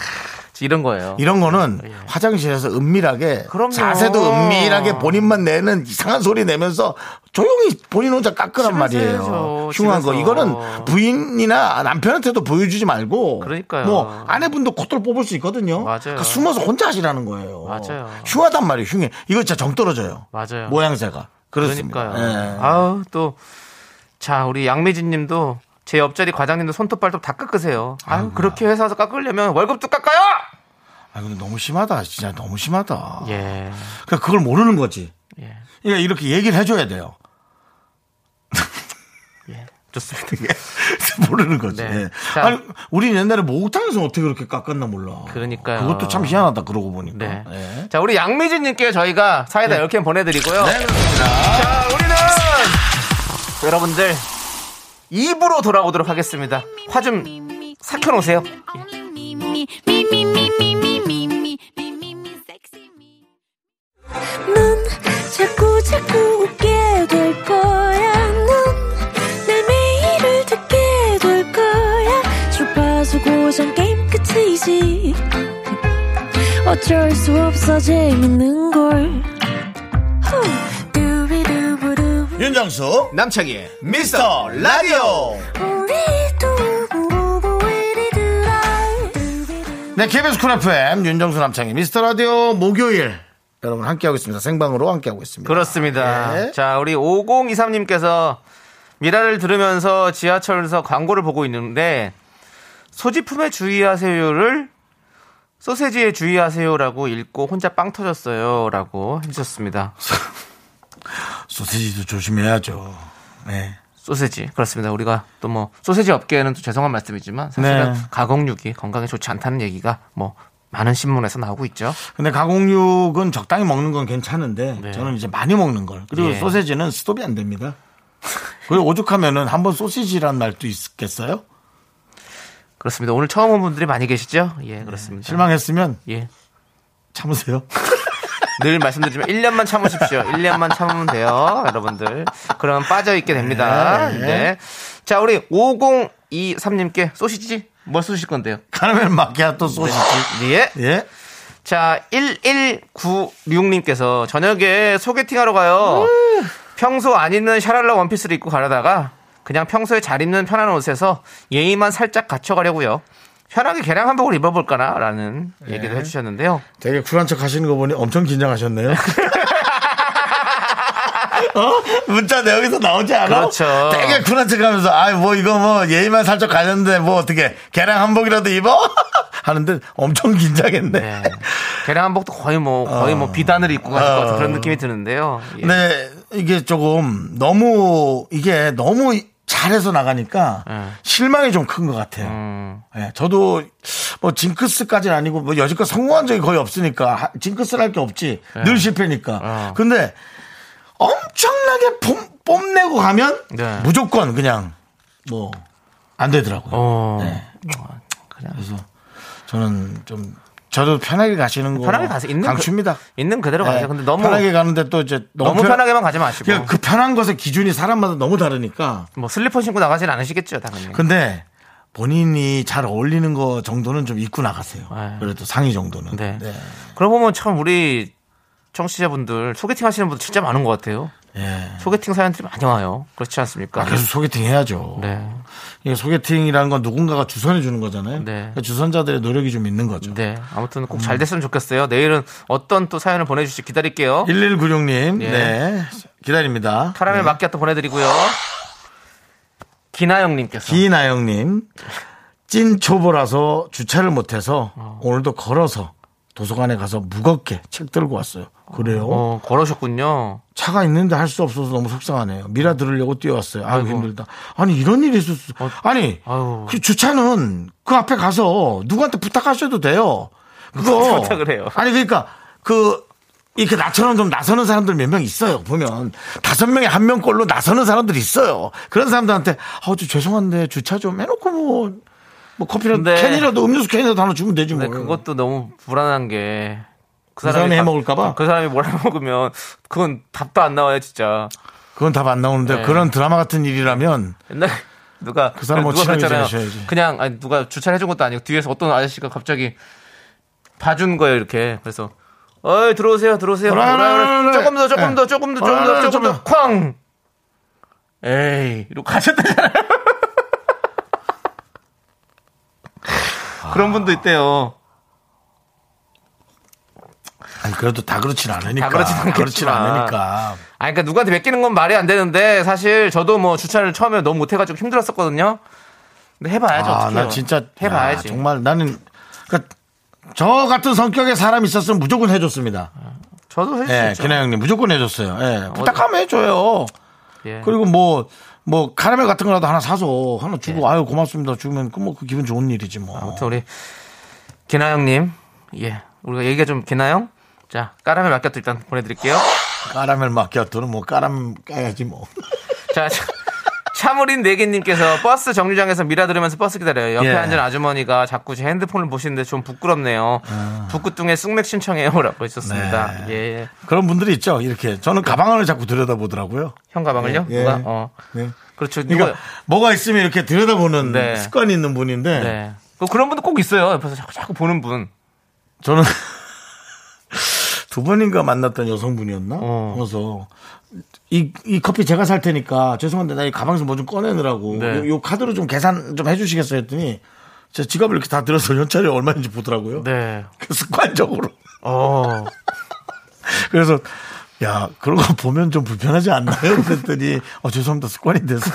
Speaker 2: 이런 거예요.
Speaker 1: 이런 거는 화장실에서 은밀하게
Speaker 2: 그럼요.
Speaker 1: 자세도 은밀하게 본인만 내는 이상한 소리 내면서 조용히 본인 혼자 깎으란
Speaker 2: 집에서
Speaker 1: 말이에요.
Speaker 2: 해야죠,
Speaker 1: 흉한 거
Speaker 2: 집에서.
Speaker 1: 이거는 부인이나 남편한테도 보여주지 말고
Speaker 2: 그러니까요.
Speaker 1: 뭐 아내분도 코털 뽑을 수 있거든요.
Speaker 2: 맞아요.
Speaker 1: 그러니까 숨어서 혼자 하시라는 거예요.
Speaker 2: 맞아요.
Speaker 1: 흉하단 말이에요. 흉해. 이거 진짜 정 떨어져요.
Speaker 2: 맞아요.
Speaker 1: 모양새가. 그렇습니다.
Speaker 2: 그러니까요.
Speaker 1: 예.
Speaker 2: 아우 또 자, 우리 양미진 님도 제 옆자리 과장님도 손톱 발톱 다 깎으세요. 아유, 그렇게 회사에서 깎으려면 월급도 깎아요.
Speaker 1: 아, 근데 너무 심하다. 진짜 너무 심하다.
Speaker 2: 예.
Speaker 1: 그러니까 그걸 모르는 거지.
Speaker 2: 예.
Speaker 1: 그러니까 이렇게 얘기를 해줘야 돼요.
Speaker 2: 예. 좋습니다.
Speaker 1: 모르는 거지.
Speaker 2: 네.
Speaker 1: 예.
Speaker 2: 자.
Speaker 1: 아니, 우린 옛날에 목욕탕에서 어떻게 그렇게 깎았나 몰라.
Speaker 2: 그러니까요.
Speaker 1: 그것도 참 희한하다, 그러고 보니까.
Speaker 2: 네.
Speaker 1: 예. 네.
Speaker 2: 자, 우리 양미진 님께 저희가 사이다 열 10캔 보내 드리고요. 자, 우리는 여러분들 입으로 돌아오도록 하겠습니다. 화 좀 삭혀 놓으세요.
Speaker 3: 넌 자꾸 자꾸 웃게 될 거야. 넌내 매일을 듣게 될 거야. 주파수 고정 게임 끝이지. 어쩔 수 없어 재밌는 걸. 후. 두비두부두.
Speaker 1: 윤정수,
Speaker 4: 남창희의
Speaker 1: 미스터 라디오.
Speaker 3: 우리 두부부부 우리 두라. 두비두부.
Speaker 1: 네, KBS 쿨 FM, 윤정수 남창희, 미스터 라디오 목요일. 여러분, 함께하고 있습니다. 생방으로 함께하고 있습니다.
Speaker 2: 그렇습니다.
Speaker 1: 예.
Speaker 2: 자, 우리 5023님께서 미라를 들으면서 지하철에서 광고를 보고 있는데 소지품에 주의하세요를 소세지에 주의하세요라고 읽고 혼자 빵 터졌어요라고 해주셨습니다.
Speaker 1: 소시지도 조심해야죠. 네.
Speaker 2: 소세지 그렇습니다. 우리가 또 뭐 소세지 업계에는 또 죄송한 말씀이지만 사실은
Speaker 1: 네.
Speaker 2: 가공육이 건강에 좋지 않다는 얘기가 뭐 많은 신문에서 나오고 있죠.
Speaker 1: 근데 가공육은 적당히 먹는 건 괜찮은데
Speaker 2: 네.
Speaker 1: 저는 이제 많이 먹는 걸. 그리고
Speaker 2: 예.
Speaker 1: 소세지는 스톱이 안 됩니다. 그리고 오죽하면은 한번 소시지란 말도 있겠어요?
Speaker 2: 그렇습니다. 오늘 처음 온 분들이 많이 계시죠? 예, 그렇습니다.
Speaker 1: 네. 실망했으면
Speaker 2: 예.
Speaker 1: 참으세요.
Speaker 2: 늘 말씀드리지만 1년만 참으십시오. 1년만 참으면 돼요. 여러분들. 그러면 빠져있게 됩니다.
Speaker 1: 네,
Speaker 2: 네.
Speaker 1: 네.
Speaker 2: 자, 우리 5023님께 소시지? 뭘 쏘실 건데요?
Speaker 1: 카라멜 마키아토 소시지.
Speaker 2: 예.
Speaker 1: 예.
Speaker 2: 자, 1196님께서 저녁에 소개팅하러 가요. 평소 안 입는 샤랄라 원피스를 입고 가려다가 그냥 평소에 잘 입는 편한 옷에서 예의만 살짝 갖춰가려고요. 편하게 계량 한복을 입어볼까나라는 얘기도 해주셨는데요.
Speaker 1: 되게 쿨한 척 하시는 거 보니 엄청 긴장하셨네요. 어? 문자 내용에서 나오지 않아?
Speaker 2: 그렇죠.
Speaker 1: 되게 쿨한 척 하면서, 아이, 뭐, 이거 뭐, 예의만 살짝 가렸는데, 뭐, 어떻게, 계량 한복이라도 입어? 하는데, 엄청 긴장했네.
Speaker 2: 네. 계량 한복도 거의 뭐 거의 뭐 비단을 입고 가실 것 같은
Speaker 1: 어. 네.
Speaker 2: 그런 느낌이 드는데요. 예.
Speaker 1: 근데 이게 조금 너무 이게 너무 잘해서 나가니까
Speaker 2: 예.
Speaker 1: 실망이 좀 큰 것 같아요.
Speaker 2: 음,
Speaker 1: 예, 저도 뭐 징크스까지는 아니고 뭐 여지껏 성공한 적이 거의 없으니까 하- 징크스를 할 게 없지 늘 실패니까.
Speaker 2: 예. 어.
Speaker 1: 근데 엄청나게 뽐, 뽐내고 가면
Speaker 2: 네.
Speaker 1: 무조건 그냥 뭐 안 되더라고요.
Speaker 2: 어.
Speaker 1: 네. 그래서 저는 좀 저도 편하게 가시는 거
Speaker 2: 편하게 가세요. 있는 그-
Speaker 1: 강추입니다.
Speaker 2: 있는 그대로 가세요.
Speaker 1: 예,
Speaker 2: 근데 너무
Speaker 1: 편하게 가는데 또 이제
Speaker 2: 너무,
Speaker 1: 편-
Speaker 2: 편하게만 가지 마시고
Speaker 1: 그냥 그 편한 것의 기준이 사람마다 너무 다르니까.
Speaker 2: 뭐 슬리퍼 신고 나가진 않으시겠죠, 당연히.
Speaker 1: 근데 본인이 잘 어울리는 거 정도는 좀 입고 나가세요.
Speaker 2: 네.
Speaker 1: 그래도 상의 정도는.
Speaker 2: 네. 그러고 보면 참 우리 청취자분들 소개팅 하시는 분들 진짜 많은 것 같아요.
Speaker 1: 예.
Speaker 2: 소개팅 사연들이 많이 와요. 그렇지 않습니까?
Speaker 1: 아, 계속 소개팅 해야죠.
Speaker 2: 네.
Speaker 1: 이게 소개팅이라는 건 누군가가 주선해 주는 거잖아요.
Speaker 2: 네.
Speaker 1: 그러니까 주선자들의 노력이 좀 있는 거죠.
Speaker 2: 네. 아무튼 꼭 잘 됐으면 좋겠어요. 내일은 어떤 또 사연을 보내주실지 기다릴게요.
Speaker 1: 1196님,
Speaker 2: 예.
Speaker 1: 네. 기다립니다.
Speaker 2: 카라멜 마키아또 보내드리고요. 기나영님께서.
Speaker 1: 기나영님, 찐 초보라서 주차를 못해서 오늘도 걸어서 도서관에 가서 무겁게 책 들고 왔어요. 그래요?
Speaker 2: 어, 걸으셨군요.
Speaker 1: 차가 있는데 할 수 없어서 너무 속상하네요. 미라 들으려고 뛰어왔어요. 아유,
Speaker 2: 아이고. 어,
Speaker 1: 힘들다. 아니, 이런 일이 있을 수. 아니,
Speaker 2: 아유.
Speaker 1: 그 주차는 그 앞에 가서 누구한테 부탁하셔도 돼요. 그거.
Speaker 2: 부탁을 해요?
Speaker 1: 아니, 그러니까 그, 이렇게 나처럼 좀 나서는 사람들 몇 명 있어요. 보면 다섯 명에 한 명꼴로 나서는 사람들이 있어요. 그런 사람들한테 아, 저 죄송한데 주차 좀 해놓고 뭐, 뭐 커피라도
Speaker 2: 근데-
Speaker 1: 캔이라도 음료수 캔이라도 하나 주면 되지 뭐.
Speaker 2: 근데 네. 그것도 너무 불안한 게. 그
Speaker 1: 이 사람이
Speaker 2: 밥-
Speaker 1: 해먹을까봐?
Speaker 2: 그 사람이 뭘 해먹으면 그건 답도 안 나와요, 진짜.
Speaker 1: 그건 답 안 나오는데
Speaker 2: 네.
Speaker 1: 그런 드라마 같은 일이라면
Speaker 2: 옛날에 누가
Speaker 1: 그 사람
Speaker 2: 누가
Speaker 1: 친하게
Speaker 2: 그랬잖아요.
Speaker 1: 지내셔야지.
Speaker 2: 그냥 아니 누가 주차를 해준 것도 아니고 뒤에서 어떤 아저씨가 갑자기 봐준 거예요 이렇게 그래서 어이 들어오세요 들어오세요
Speaker 1: 어라,
Speaker 2: 어라, 어라,
Speaker 1: 어라, 어라.
Speaker 2: 조금 더 조금
Speaker 1: 예.
Speaker 2: 더 조금 더
Speaker 1: 어라,
Speaker 2: 조금 더
Speaker 1: 어라,
Speaker 2: 조금
Speaker 1: 조금
Speaker 2: 더쾅 에이 이러고 가셨다잖아요
Speaker 1: 아.
Speaker 2: 그런 분도 있대요
Speaker 1: 아니 그래도 다 그렇진 않으니까.
Speaker 2: 다 그렇진 않겠지만.
Speaker 1: 그렇진 않으니까.
Speaker 2: 아니, 그러니까 누구한테 맡기는 건 말이 안 되는데 사실 저도 뭐 주차를 처음에 너무 못해가지고 힘들었었거든요. 근데 해봐야죠.
Speaker 1: 아,
Speaker 2: 어떡해요.
Speaker 1: 나 진짜
Speaker 2: 해봐야지.
Speaker 1: 야, 정말 나는 그러니까 저 같은 성격의 사람 있었으면 무조건 해줬습니다.
Speaker 2: 아, 저도 해수
Speaker 1: 예,
Speaker 2: 있죠.
Speaker 1: 기나 형님 무조건 해줬어요. 예,
Speaker 2: 네.
Speaker 1: 부탁하면 해줘요.
Speaker 2: 예.
Speaker 1: 그리고 뭐. 뭐 카라멜 같은 거라도 하나 사서 하나 주고 아유 고맙습니다 주면 그 뭐 그 기분 좋은 일이지 뭐
Speaker 2: 네. 아무튼 우리 기나영님, 예, 우리가 얘기가 좀 기나영. 자, 까라멜 마켓도 일단 보내드릴게요.
Speaker 1: 카라멜 마키아토는 뭐 까람 까야지 뭐
Speaker 2: 자, 차- 차무린 내기님께서 버스 정류장에서 미라 들으면서 버스 기다려요. 옆에
Speaker 1: 예.
Speaker 2: 앉은 아주머니가 자꾸 제 핸드폰을 보시는데 좀 부끄럽네요.
Speaker 1: 아.
Speaker 2: 북구뚱에 쑥맥
Speaker 1: 네.
Speaker 2: 신청해요라고 해주셨습니다. 예,
Speaker 1: 그런 분들이 있죠 이렇게 저는 가방 안을 자꾸 들여다 보더라고요
Speaker 2: 형 가방을요?
Speaker 1: 예.
Speaker 2: 누가? 어,
Speaker 1: 네.
Speaker 2: 그렇죠.
Speaker 1: 그러니까
Speaker 2: 누가?
Speaker 1: 뭐가 있으면 이렇게 들여다보는
Speaker 2: 네.
Speaker 1: 습관이 있는 분인데
Speaker 2: 네. 그- 그런 분도 꼭 있어요. 옆에서 자꾸 자꾸 보는 분.
Speaker 1: 저는 두 번인가 만났던 여성분이었나?
Speaker 2: 어.
Speaker 1: 그래서 이, 이 커피 제가 살 테니까 죄송한데 나 이 가방에서 뭐 좀 꺼내느라고
Speaker 2: 네.
Speaker 1: 요, 요 카드로 좀 계산 좀 해주시겠어요 했더니 제 지갑을 이렇게 다 들어서 연차리 얼마인지 보더라고요.
Speaker 2: 네.
Speaker 1: 그 습관적으로.
Speaker 2: 어.
Speaker 1: 그래서 야 그런 거 보면 좀 불편하지 않나요? 그랬더니 어 죄송합니다 습관이 돼서.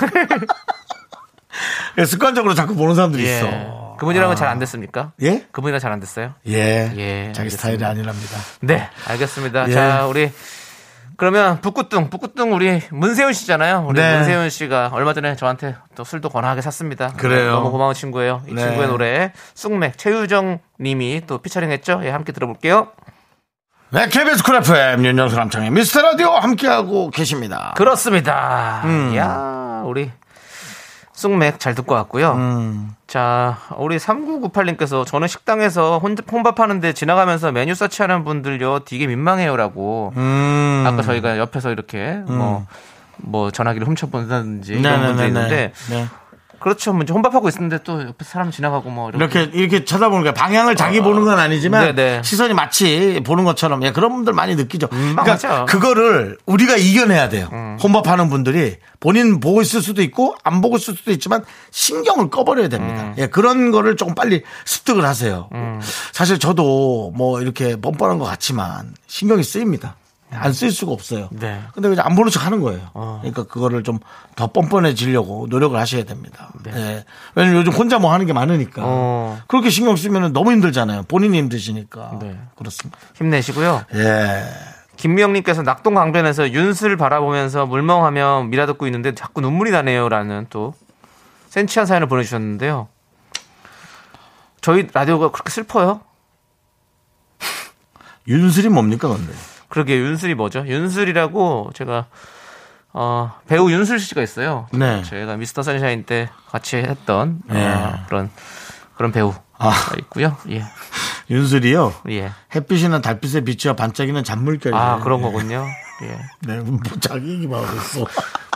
Speaker 1: 습관적으로 자꾸 보는 사람들이
Speaker 2: 예.
Speaker 1: 있어.
Speaker 2: 그분이랑은 잘 안 됐습니까?
Speaker 1: 예?
Speaker 2: 그분이랑 잘 안 됐어요?
Speaker 1: 예.
Speaker 2: 예,
Speaker 1: 자기
Speaker 2: 알겠습니다.
Speaker 1: 스타일이 아니랍니다.
Speaker 2: 네, 알겠습니다.
Speaker 1: 예.
Speaker 2: 자, 우리 그러면 북구뚱, 북구뚱 우리 문세윤 씨잖아요. 우리
Speaker 1: 네.
Speaker 2: 문세윤 씨가 얼마 전에 저한테 또 술도 권하게 샀습니다.
Speaker 1: 그래요.
Speaker 2: 너무 고마운 친구예요. 이
Speaker 1: 네.
Speaker 2: 친구의 노래 쑥맥 최유정 님이 또 피처링했죠. 예, 함께 들어볼게요.
Speaker 1: 네, KBS 쿨 FM 윤정수 남창의 미스터 라디오 함께하고 계십니다.
Speaker 2: 그, 그렇습니다.
Speaker 1: 음.
Speaker 2: 야, 우리 쑥맥 잘 듣고 왔고요.
Speaker 1: 음.
Speaker 2: 자, 우리 3998님께서 저는 식당에서 혼- 혼밥 하는데 지나가면서 메뉴 서치하는 분들요 되게 민망해요라고
Speaker 1: 음.
Speaker 2: 아까 저희가 옆에서 이렇게 뭐, 뭐 전화기를 훔쳐본다든지 이런 분도
Speaker 1: 네네네네.
Speaker 2: 있는데
Speaker 1: 네.
Speaker 2: 그렇죠. 뭐 이제 혼밥하고 있었는데 또 옆에 사람 지나가고 뭐 이렇게.
Speaker 1: 이렇게 이렇게 쳐다보는 거야. 방향을 자기 보는 건 아니지만
Speaker 2: 어. 네네.
Speaker 1: 시선이 마치 보는 것처럼 예, 그런 분들 많이 느끼죠. 그러니까
Speaker 2: 음, 맞아. 음.
Speaker 1: 그거를 우리가 이겨내야 돼요. 혼밥하는 분들이 본인 보고 있을 수도 있고 안 보고 있을 수도 있지만 신경을 꺼버려야 됩니다.
Speaker 2: 음.
Speaker 1: 예, 그런 거를 조금 빨리 습득을 하세요. 사실 저도 뭐 이렇게 뻔뻔한 것 같지만 신경이 쓰입니다. 안 쓸 수가 없어요.
Speaker 2: 네. 어.
Speaker 1: 근데 그냥 안 보는 척 하는 거예요. 그러니까 그거를 좀 더 뻔뻔해지려고 노력을 하셔야 됩니다.
Speaker 2: 네.
Speaker 1: 예. 왜냐면 요즘 혼자 뭐 하는 게 많으니까.
Speaker 2: 어.
Speaker 1: 그렇게 신경 쓰면 너무 힘들잖아요. 본인이 힘드시니까.
Speaker 2: 네.
Speaker 1: 그렇습니다.
Speaker 2: 힘내시고요.
Speaker 1: 예.
Speaker 2: 김미영님께서 낙동 강변에서 윤슬 바라보면서 물멍하며 미라 듣고 있는데 자꾸 눈물이 나네요라는 또 센치한 사연을 보내주셨는데요. 저희 라디오가 그렇게 슬퍼요?
Speaker 1: 윤슬이 뭡니까, 근데?
Speaker 2: 그러게 윤슬이 뭐죠? 윤슬이라고 제가 어, 배우 윤슬 씨가 있어요.
Speaker 1: 네.
Speaker 2: 저희가 미스터 선샤인 때 같이 했던 어,
Speaker 1: 예.
Speaker 2: 그런 그런 배우가
Speaker 1: 아.
Speaker 2: 있고요. 예,
Speaker 1: 윤슬이요?
Speaker 2: 예.
Speaker 1: 햇빛이나 달빛에 비치어 반짝이는 잔물결이.
Speaker 2: 아 그런 거군요. 예.
Speaker 1: 네, 뭐 자기 얘기만 하고 있어.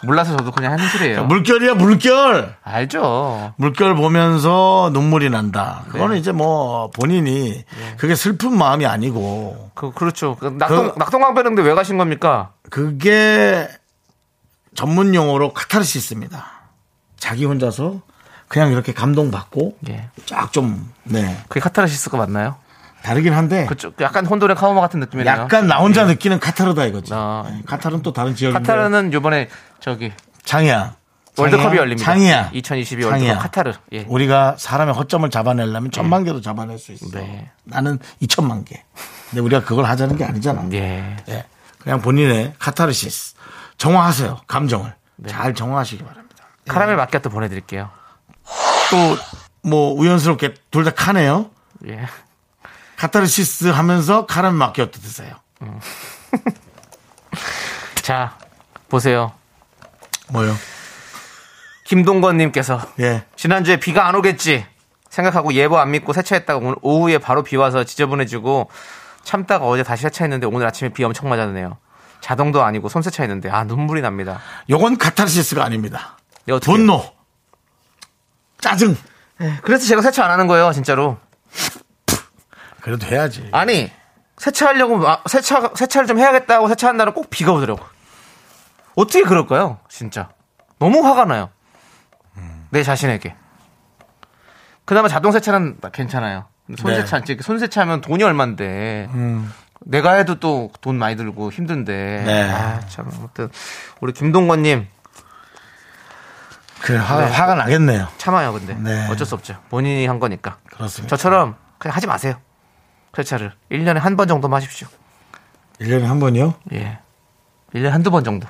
Speaker 2: 몰라서 저도 그냥 하는 소리예요.
Speaker 1: 물결이야, 물결!
Speaker 2: 알죠.
Speaker 1: 물결 보면서 눈물이 난다.
Speaker 2: 네.
Speaker 1: 그거는 이제 뭐 본인이 그게 슬픈 마음이 아니고
Speaker 2: 그 그렇죠. 그 낙동
Speaker 1: 그-
Speaker 2: 낙동강변인데 왜 가신 겁니까?
Speaker 1: 그게 전문 용어로 카타르시스입니다. 자기 혼자서 그냥 이렇게 감동받고
Speaker 2: 예.
Speaker 1: 쫙 좀 네.
Speaker 2: 그게 카타르시스가 맞나요?
Speaker 1: 다르긴 한데
Speaker 2: 그쪽 약간 혼돈의 카오마 같은 느낌이네요. 예.
Speaker 1: 약간 나 혼자 느끼는 카타르다 이거지.
Speaker 2: 아.
Speaker 1: 네, 카타르는 또 다른 지역인데.
Speaker 2: 카타르는 요번에 저기
Speaker 1: 장이야.
Speaker 2: 월드컵이
Speaker 1: 장이야?
Speaker 2: 열립니다.
Speaker 1: 장이야.
Speaker 2: 2022
Speaker 1: 장이야.
Speaker 2: 월드컵 카타르. 예.
Speaker 1: 우리가 사람의 허점을 잡아내려면 천만 개도 잡아낼 수 있어.
Speaker 2: 네.
Speaker 1: 나는 이천만 개. 근데 우리가 그걸 하자는 게 아니잖아.
Speaker 2: 예.
Speaker 1: 예. 그냥 본인의 카타르시스 정화하세요. 감정을
Speaker 2: 네.
Speaker 1: 잘 정화하시기 바랍니다.
Speaker 2: 카라멜 마키아또 보내드릴게요.
Speaker 1: 또 뭐 우연스럽게 둘 다 카네요.
Speaker 2: 예.
Speaker 1: 카타르시스 하면서 카라멜 마키아토 드세요.
Speaker 2: 자 보세요.
Speaker 1: 뭐요?
Speaker 2: 김동건님께서
Speaker 1: 예.
Speaker 2: 지난주에 비가 안 오겠지 생각하고 예보 안 믿고 세차했다가 오늘 오후에 바로 비 와서 지저분해지고 참다가 어제 다시 세차했는데 오늘 아침에 비 엄청 맞았네요. 자동도 아니고 손 세차했는데 아 눈물이 납니다.
Speaker 1: 요건 카타르시스가 아닙니다.
Speaker 2: 예, 어떡해요?
Speaker 1: 분노. 짜증.
Speaker 2: 그래서 제가 세차 안 하는 거예요, 진짜로.
Speaker 1: 그래도 해야지.
Speaker 2: 아니 세차하려고 마- 세차 세차를 좀 해야겠다고 세차한 날은 꼭 비가 오더라고. 어떻게 그럴까요? 진짜 너무 화가 나요. 내 자신에게. 그나마 자동 세차는 나- 괜찮아요. 근데 손
Speaker 1: 네. 음.
Speaker 2: 세차 이제 손 세차하면 돈이 얼만데. 내가 해도 또 돈 많이 들고 힘든데.
Speaker 1: 네.
Speaker 2: 아, 참 아무튼 우리 김동건님
Speaker 1: 그래 화, 화가 나겠네요.
Speaker 2: 참아요. 근데
Speaker 1: 네. 그렇죠.
Speaker 2: 어쩔 수 없죠. 본인이 한 거니까.
Speaker 1: 그렇습니다.
Speaker 2: 저처럼 그냥 하지 마세요. 세차를 1년에 한 번 정도만 하십시오.
Speaker 1: 1년에 한 번이요?
Speaker 2: 예. 1년에 한두 번 정도.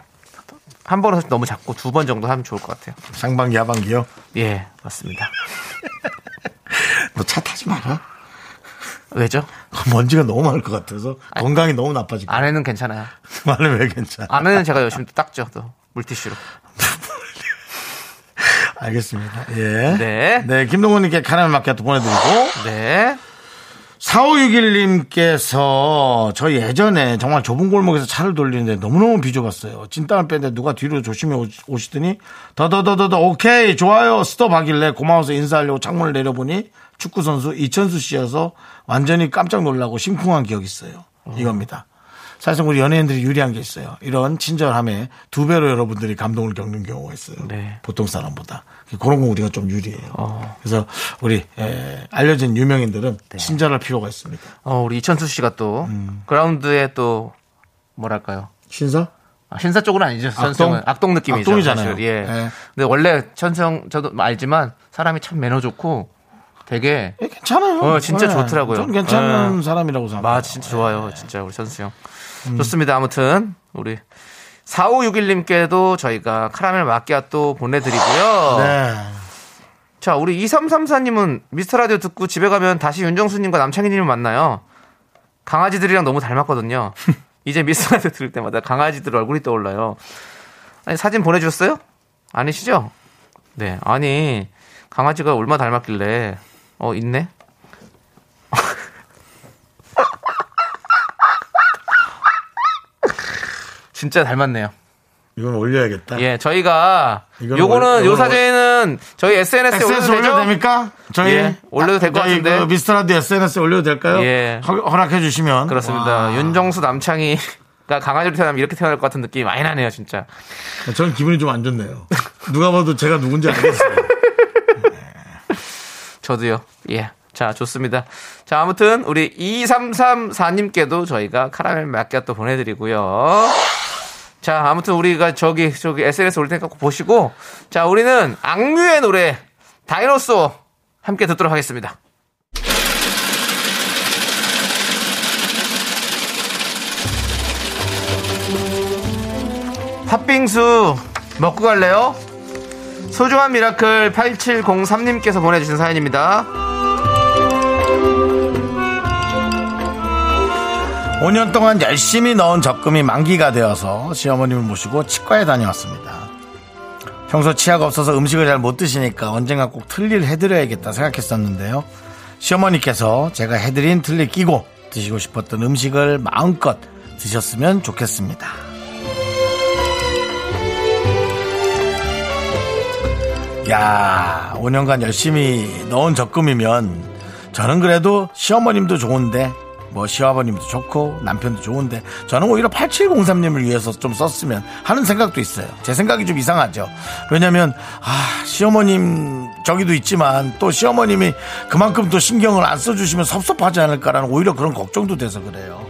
Speaker 2: 한 번은 사실 너무 작고 두 번 정도 하면 좋을 것 같아요.
Speaker 1: 상반기 하반기요?
Speaker 2: 예, 맞습니다.
Speaker 1: 너뭐 차 타지 마라.
Speaker 2: 왜죠?
Speaker 1: 먼지가 너무 많을 것 같아서 건강이 너무 나빠질 것 같아.
Speaker 2: 아내는 괜찮아요.
Speaker 1: 말은 왜 괜찮아. 네.
Speaker 2: 아내는 제가 열심히 또 닦죠, 또. 물티슈로.
Speaker 1: 알겠습니다. 예.
Speaker 2: 네.
Speaker 1: 네, 김동훈님께 카라멜 마키아토 보내드리고.
Speaker 2: 네.
Speaker 1: 4561님께서 저 예전에 정말 좁은 골목에서 차를 돌리는데 너무너무 비좁았어요. 찐땀을 빼는데 누가 뒤로 조심히 오시- 오시더니 더더더더더 오케이 좋아요 스톱 하길래 고마워서 인사하려고 창문을 내려보니 축구선수 이천수 씨여서 완전히 깜짝 놀라고 심쿵한 기억이 있어요. 이겁니다. 사실상 우리 연예인들이 유리한 게 있어요. 이런 친절함에 두 배로 여러분들이 감동을 겪는 경우가 있어요.
Speaker 2: 네.
Speaker 1: 보통 사람보다. 그런 거 우리가 좀 유리해요.
Speaker 2: 어.
Speaker 1: 그래서 우리 에, 알려진 유명인들은
Speaker 2: 네.
Speaker 1: 친절할 필요가 있습니다.
Speaker 2: 어, 우리 이천수 씨가 또
Speaker 1: 음.
Speaker 2: 그라운드에 또 뭐랄까요?
Speaker 1: 신사?
Speaker 2: 아, 신사 쪽은 아니죠. 선생은 악동 느낌이죠.
Speaker 1: 악동이잖아요.
Speaker 2: 사실. 예.
Speaker 1: 네.
Speaker 2: 근데 원래 천성 저도 알지만 사람이 참 매너 좋고 되게
Speaker 1: 예, 괜찮아요.
Speaker 2: 어, 진짜 좋더라고요.
Speaker 1: 전 괜찮은
Speaker 2: 예.
Speaker 1: 사람이라고 생각합니다. 음.
Speaker 2: 아, 진짜 좋아요. 진짜 우리 선수 형. 좋습니다. 아무튼 우리 4561님께도 저희가 카라멜 마끼아또 보내드리고요.
Speaker 1: 네.
Speaker 2: 자, 우리 2334님은 미스터 라디오 듣고 집에 가면 다시 윤정수님과 남창희님을 만나요. 강아지들이랑 너무 닮았거든요. 이제 미스터 라디오 들을 때마다 강아지들 얼굴이 떠올라요. 아니, 사진 보내주셨어요? 아니시죠? 네, 아니, 강아지가 얼마 닮았길래, 어, 있네? 진짜 닮았네요.
Speaker 1: 이건 올려야겠다.
Speaker 2: 예, 저희가
Speaker 1: 이건
Speaker 2: 요거는
Speaker 1: 올-
Speaker 2: 요
Speaker 1: 이건
Speaker 2: 사진은 저희 SNS에
Speaker 1: SNS
Speaker 2: 올려도
Speaker 1: 올려도
Speaker 2: 되죠?
Speaker 1: 됩니까? 저희
Speaker 2: 예, 올려도 될것
Speaker 1: 저희
Speaker 2: 같은데.
Speaker 1: 그 미스터라디 SNS 에 올려도 될까요?
Speaker 2: 예.
Speaker 1: 허- 허락해 주시면
Speaker 2: 그렇습니다. 윤정수 남창희가 강아지로 태어나면 이렇게 태어날 것 같은 느낌이 많이 나네요, 진짜.
Speaker 1: 저는 기분이 좀 안 좋네요. 누가 봐도 제가 누군지 알겠어요.
Speaker 2: 저도요. 예. 자, 좋습니다. 자, 아무튼 우리 2334님께도 저희가 카라멜 마끼아또 보내드리고요. 자, 아무튼 우리가 저기 저기 SNS 올 테니까 꼭 보시고, 자, 우리는 악뮤의 노래 다이노소 함께 듣도록 하겠습니다. 팥빙수 먹고 갈래요? 소중한 미라클 8703님께서 보내주신 사연입니다.
Speaker 1: 5년 동안 열심히 넣은 적금이 만기가 되어서 시어머님을 모시고 치과에 다녀왔습니다. 평소 치아가 없어서 음식을 잘 못 드시니까 언젠가 꼭 틀릴 해드려야겠다 생각했었는데요. 시어머니께서 제가 해드린 틀리 끼고 드시고 싶었던 음식을 마음껏 드셨으면 좋겠습니다. 야, 5년간 열심히 넣은 적금이면 저는 그래도 시어머님도 좋은데 뭐 시아버님도 좋고 남편도 좋은데 저는 오히려 8703님을 위해서 좀 썼으면 하는 생각도 있어요. 제 생각이 좀 이상하죠. 왜냐면 아, 시어머님 저기도 있지만 또 시어머님이 그만큼 또 신경을 안 써주시면 섭섭하지 않을까라는 오히려 그런 걱정도 돼서 그래요.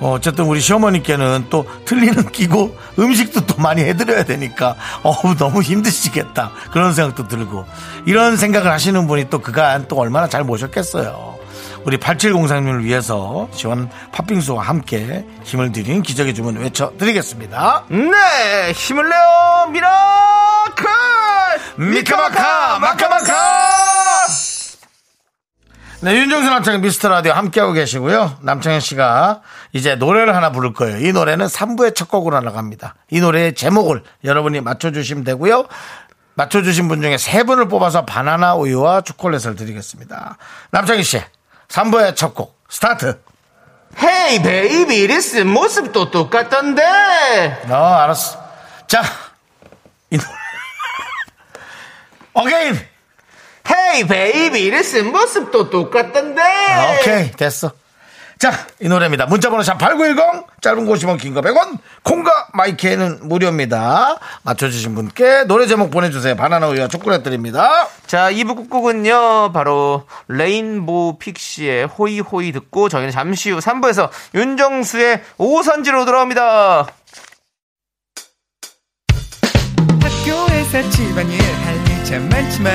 Speaker 1: 어, 어쨌든 우리 시어머니께는 또 틀리는 끼고 음식도 또 많이 해드려야 되니까 어우 너무 힘드시겠다 그런 생각도 들고 이런 생각을 하시는 분이 또 그간 또 얼마나 잘 모셨겠어요 우리 8703님을 위해서 시원 팥빙수와 함께 힘을 드리는 기적의 주문 외쳐드리겠습니다
Speaker 2: 네, 힘을 내요, 미라클!
Speaker 1: 미카마카 마카마카 네, 윤정수 남창의 미스터 라디오 함께하고 계시고요. 남창현 씨가 이제 노래를 하나 부를 거예요. 이 노래는 3부의 첫 곡으로 나갑니다. 이 노래의 제목을 여러분이 맞춰주시면 되고요. 맞춰주신 분 중에 세 분을 뽑아서 바나나 우유와 초콜릿을 드리겠습니다. 남창희 씨, 3부의 첫 곡, 스타트.
Speaker 2: 헤이, 베이비, 리스, 모습도 똑같던데!
Speaker 1: 어, 알았어. 자, 이 노래. 어게인!
Speaker 2: 헤이, 베이비, 리스, 모습도 똑같던데!
Speaker 1: 아,
Speaker 2: 네.
Speaker 1: 오케이 됐어 자 이 노래입니다 문자번호 샵8910 짧은 거 50원 긴 거 100원 콩과 마이케는 무료입니다 맞춰주신 분께 노래 제목 보내주세요 바나나 우유와 초콜릿 드립니다
Speaker 2: 자, 2부 끝곡은요, 바로, 레인보우 픽시의 호이호이 듣고, 저희는 잠시 후 3부에서 윤정수의 오선지로 돌아옵니다.
Speaker 5: 학교에서 집안일 할 일 참 많지만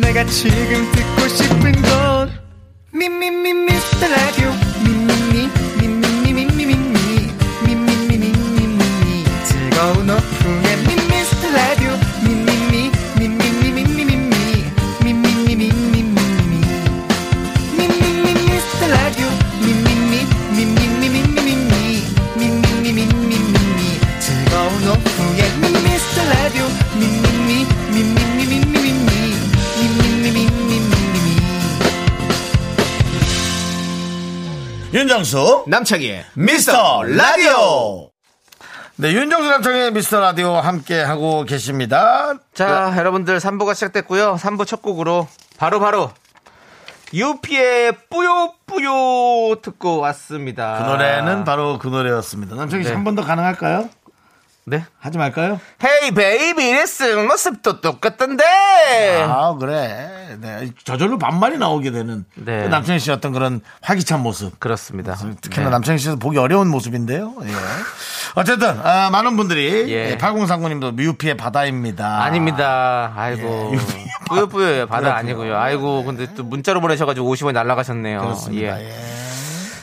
Speaker 5: 내가 지금 듣고 싶은 건 미미미 미스터 라디오 미미미 미미미 미미미 미미미 미미미 즐거운 오후에 미스터 라디오 미미미 미미미 미미미 미미미 미미미 미미미 미스터 라디오 미미미 미미미 미미미 미미미 미미미 즐거운 오후에 미스터 라디오 미미미 미미미 미미미 미미미 미미미
Speaker 1: 윤정수
Speaker 4: 남창희의
Speaker 1: 미스터 라디오 네 윤정수 남창의 미스터 라디오 함께 하고 계십니다
Speaker 2: 자, 여러분들 3부가 시작됐고요. 3부 첫 곡으로 바로바로 유피의 뿌요뿌요 듣고 왔습니다.
Speaker 1: 그 노래는 바로 그 노래였습니다 남창희
Speaker 2: 네.
Speaker 1: 씨한 번 더 가능할까요?
Speaker 2: 네.
Speaker 1: 하지 말까요?
Speaker 2: 헤이 베이비 레슨 모습도 똑같던데.
Speaker 1: 아 그래 네, 저절로 반말이 나오게 되는
Speaker 2: 네.
Speaker 1: 그 남창희 씨 어떤 그런 화기찬 모습
Speaker 2: 그렇습니다.
Speaker 1: 특히나
Speaker 2: 네.
Speaker 1: 남창희 씨는 보기 어려운 모습인데요. 예. 어쨌든 아, 많은 분들이
Speaker 2: 예.
Speaker 1: 8039님도 뮤피의 바다입니다.
Speaker 2: 아닙니다. 아이고.
Speaker 1: 예, 유피의
Speaker 2: 뿌요뿌요예요. 바다
Speaker 1: 뿌요뿌요.
Speaker 2: 아니고요. 아이고, 근데 또 문자로 보내셔가지고 50원이 날라가셨네요.
Speaker 1: 그렇습니다.
Speaker 2: 예.
Speaker 1: 예.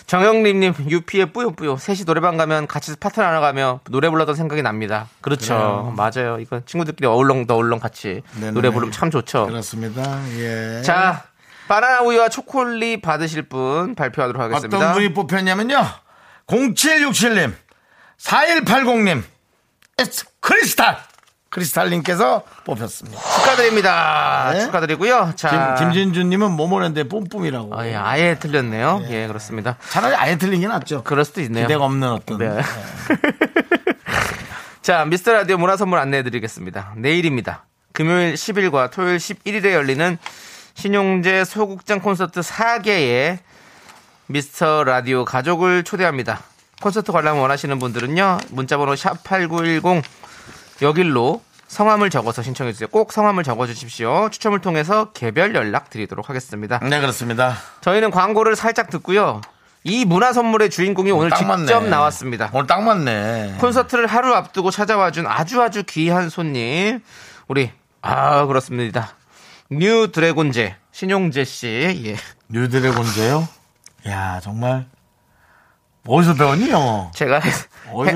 Speaker 2: 정영림님, 유피의 뿌요뿌요. 셋이 노래방 가면 같이 파트 나눠가며 노래 불렀던 생각이 납니다. 그렇죠. 맞아요. 이건 친구들끼리 어울렁 더울렁 같이
Speaker 1: 네네.
Speaker 2: 노래 부르면 참 좋죠.
Speaker 1: 그렇습니다. 예.
Speaker 2: 자, 바나나 우유와 초콜릿 받으실 분 발표하도록 하겠습니다.
Speaker 1: 어떤 분이 뽑혔냐면요. 0767님, 4180님, 에스 크리스탈 크리스탈님께서 뽑혔습니다.
Speaker 2: 축하드립니다.
Speaker 1: 네.
Speaker 2: 축하드리고요. 자,
Speaker 1: 김, 진준님은 모모랜드 뿜뿜이라고.
Speaker 2: 아, 예, 아예 틀렸네요. 예. 그렇습니다.
Speaker 1: 차라리 아예 틀린 게 낫죠.
Speaker 2: 그럴 수도 있네요.
Speaker 1: 기대가 없는 어떤.
Speaker 2: 네.
Speaker 1: 예.
Speaker 2: 자, 미스터 라디오 문화 선물 안내해 드리겠습니다. 내일입니다. 금요일 10일과 토요일 11일에 열리는 신용재 소극장 콘서트 4개에 미스터 라디오 가족을 초대합니다. 콘서트 관람 원하시는 분들은요. 문자 번호 샵8910 여길로 성함을 적어서 신청해 주세요. 꼭 성함을 적어 주십시오. 추첨을 통해서 개별 연락 드리도록 하겠습니다.
Speaker 1: 네, 그렇습니다.
Speaker 2: 저희는 광고를 살짝 듣고요. 이 문화 선물의 주인공이 오늘
Speaker 1: 어, 딱
Speaker 2: 직접
Speaker 1: 맞네. 어.
Speaker 2: 나왔습니다.
Speaker 1: 오늘 딱 맞네.
Speaker 2: 콘서트를 하루 앞두고 찾아와 준 아주 아주 귀한 손님. 우리 아, 그렇습니다. 뉴 드래곤제 신용재 씨. 예.
Speaker 1: 뉴드래곤제요? 야, 정말. 어디서 배웠니, 영어?
Speaker 2: 제가
Speaker 1: 어디서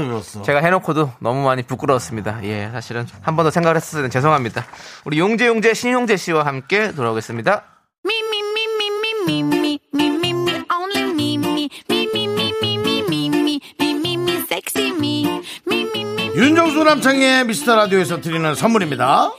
Speaker 2: 해-
Speaker 1: 배웠어?
Speaker 2: 제가 해놓고도 너무 많이 부끄러웠습니다. 예, 사실은 한 번 더 생각을 했었을 때 죄송합니다. 우리 용재 용재 신용재 씨와 함께 돌아오겠습니다.
Speaker 3: Me, me, me, me, me, me, me, me, me, me, only me, me, me, me, me, me, me, me, me, me, me, me, sexy me, me, me, me.
Speaker 1: 윤정수 남창의 미스터 라디오에서 드리는 선물입니다.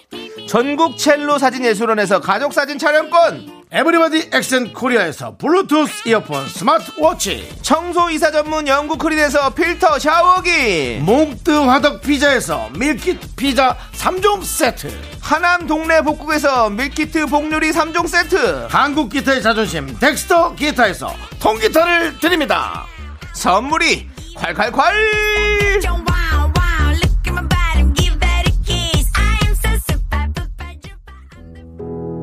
Speaker 2: 전국 첼로 사진 예술원에서 가족 사진 촬영권,
Speaker 1: 에브리바디 엑센 코리아에서 블루투스 이어폰 스마트워치.
Speaker 2: 청소 이사 전문 영국 크린에서 필터 샤워기,
Speaker 1: 몽뜨 화덕 피자에서 밀키트 피자 3종 세트.
Speaker 2: 하남 동네 복국에서 밀키트 복요리 3종 세트.
Speaker 1: 한국 기타의 자존심 덱스터 기타에서 통기타를 드립니다.
Speaker 2: 선물이 콸콸콸
Speaker 3: Don't wow, wow, look at my body, give that a kiss. I am so super, super, super.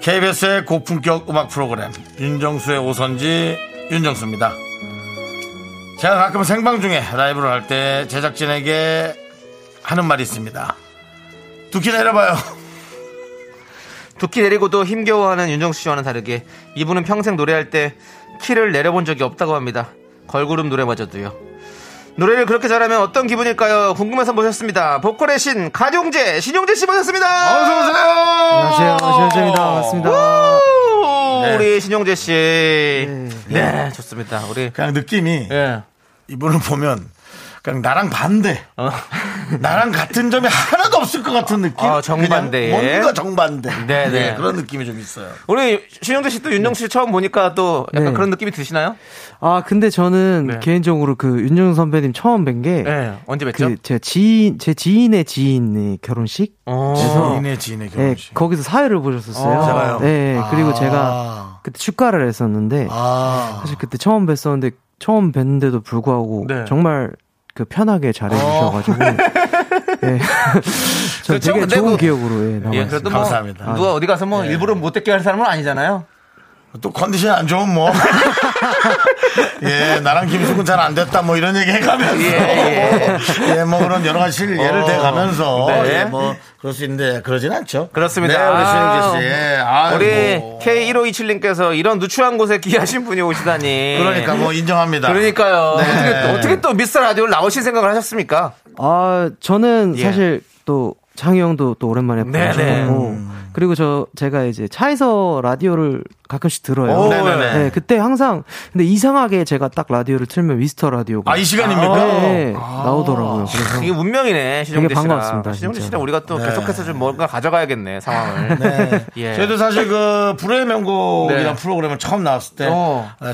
Speaker 1: KBS의 고품격 음악 프로그램 윤정수의 오선지 윤정수입니다. 제가 가끔 생방 중에 라이브를 할 때 제작진에게 하는 말이 있습니다. 두키 내려봐요.
Speaker 2: 두키 내리고도 힘겨워하는 윤정수 씨와는 다르게 이분은 평생 노래할 때 키를 내려본 적이 없다고 합니다 걸그룹 노래마저도요 노래를 그렇게 잘하면 어떤 기분일까요 궁금해서 모셨습니다 보컬의 신 가룡재 신용재 씨 모셨습니다
Speaker 1: 어서 오세요.
Speaker 6: 안녕하세요. 신영재입니다. 반갑습니다.
Speaker 2: 오,
Speaker 1: 네.
Speaker 2: 우리 신용재 씨네
Speaker 6: 예.
Speaker 2: 좋습니다 우리
Speaker 1: 그냥 느낌이
Speaker 2: 예
Speaker 1: 이분을 보면 그냥 나랑 반대.
Speaker 2: 어.
Speaker 1: 나랑 같은 점이 하나도 없을 것 같은 느낌.
Speaker 2: 아, 정반대.
Speaker 1: 그냥 뭔가 정반대.
Speaker 2: 네, 네.
Speaker 1: 예, 그런 느낌이 좀 있어요.
Speaker 2: 우리 신용재 씨 또 윤정수 씨 처음 보니까 또 약간
Speaker 6: 네.
Speaker 2: 그런 느낌이 드시나요?
Speaker 6: 아, 근데 저는
Speaker 2: 네.
Speaker 6: 개인적으로 그 윤정 선배님 처음 뵌 게.
Speaker 2: 네 언제 뵀죠?
Speaker 6: 그, 제 지인, 제 지인의 지인의 결혼식?
Speaker 2: 어.
Speaker 1: 지인의 지인의
Speaker 6: 네,
Speaker 1: 결혼식.
Speaker 6: 거기서 사회를 보셨었어요.
Speaker 2: 아,
Speaker 1: 제가요?
Speaker 6: 네, 그리고
Speaker 1: 아.
Speaker 6: 제가 그때 축가를 했었는데.
Speaker 1: 아.
Speaker 6: 사실 그때 처음 뵀었는데, 처음 뵀는데도 불구하고.
Speaker 2: 네.
Speaker 6: 정말 그 편하게 잘해주셔가지고. 네. 저
Speaker 2: 그렇죠.
Speaker 6: 되게
Speaker 2: 근데
Speaker 6: 좋은
Speaker 2: 그-
Speaker 6: 기억으로 예,
Speaker 2: 예,
Speaker 6: 남아있어요.
Speaker 2: 그래도 뭐
Speaker 1: 감사합니다. 네.
Speaker 2: 누가 어디 가서 뭐 일부러 못 듣게 할 사람은 아니잖아요.
Speaker 1: 또 컨디션 안 좋으면 뭐. 예, 나랑 김숙은 잘 안 됐다 뭐 이런 얘기 해가면서.
Speaker 2: 예,
Speaker 1: 예, 뭐 그런 여러 가지 실 예를
Speaker 2: 어,
Speaker 1: 대가면서.
Speaker 2: 네.
Speaker 1: 예, 뭐 그럴 수 있는데 그러진 않죠.
Speaker 2: 그렇습니다.
Speaker 1: 네, 우리 신영재
Speaker 2: 아우.
Speaker 1: 씨. 예, 아유,
Speaker 2: 우리
Speaker 1: 뭐.
Speaker 2: K1527님께서 이런 누추한 곳에 귀하신 분이 오시다니.
Speaker 1: 그러니까 뭐 인정합니다.
Speaker 2: 그러니까요.
Speaker 1: 네.
Speaker 2: 어떻게, 또- 어떻게 또 미스터 라디오를 나오신 생각을 하셨습니까?
Speaker 6: 아, 저는
Speaker 2: 예.
Speaker 6: 사실 또 창희 형도 또 오랜만에
Speaker 2: 네네.
Speaker 6: 보고
Speaker 1: 음.
Speaker 6: 그리고 저 제가 이제 차에서 라디오를 가끔씩 들어요.
Speaker 1: 오, 네네네.
Speaker 6: 네, 그때 항상 근데 이상하게 제가 딱 라디오를 틀면 위스터 라디오가
Speaker 1: 아, 이 아. 시간입니까?
Speaker 6: 네, 네, 나오더라고요. 그래서
Speaker 2: 이게 운명이네, 신용재 씨랑.
Speaker 6: 반가웠습니다,
Speaker 2: 신용재
Speaker 6: 진짜.
Speaker 2: 씨랑 우리가 또
Speaker 1: 네.
Speaker 2: 계속해서 좀 뭔가 가져가야겠네, 상황을.
Speaker 1: 네.
Speaker 2: 예.
Speaker 1: 저희도 사실 그 불의 명곡이라는
Speaker 2: 네.
Speaker 1: 프로그램을 처음 나왔을 때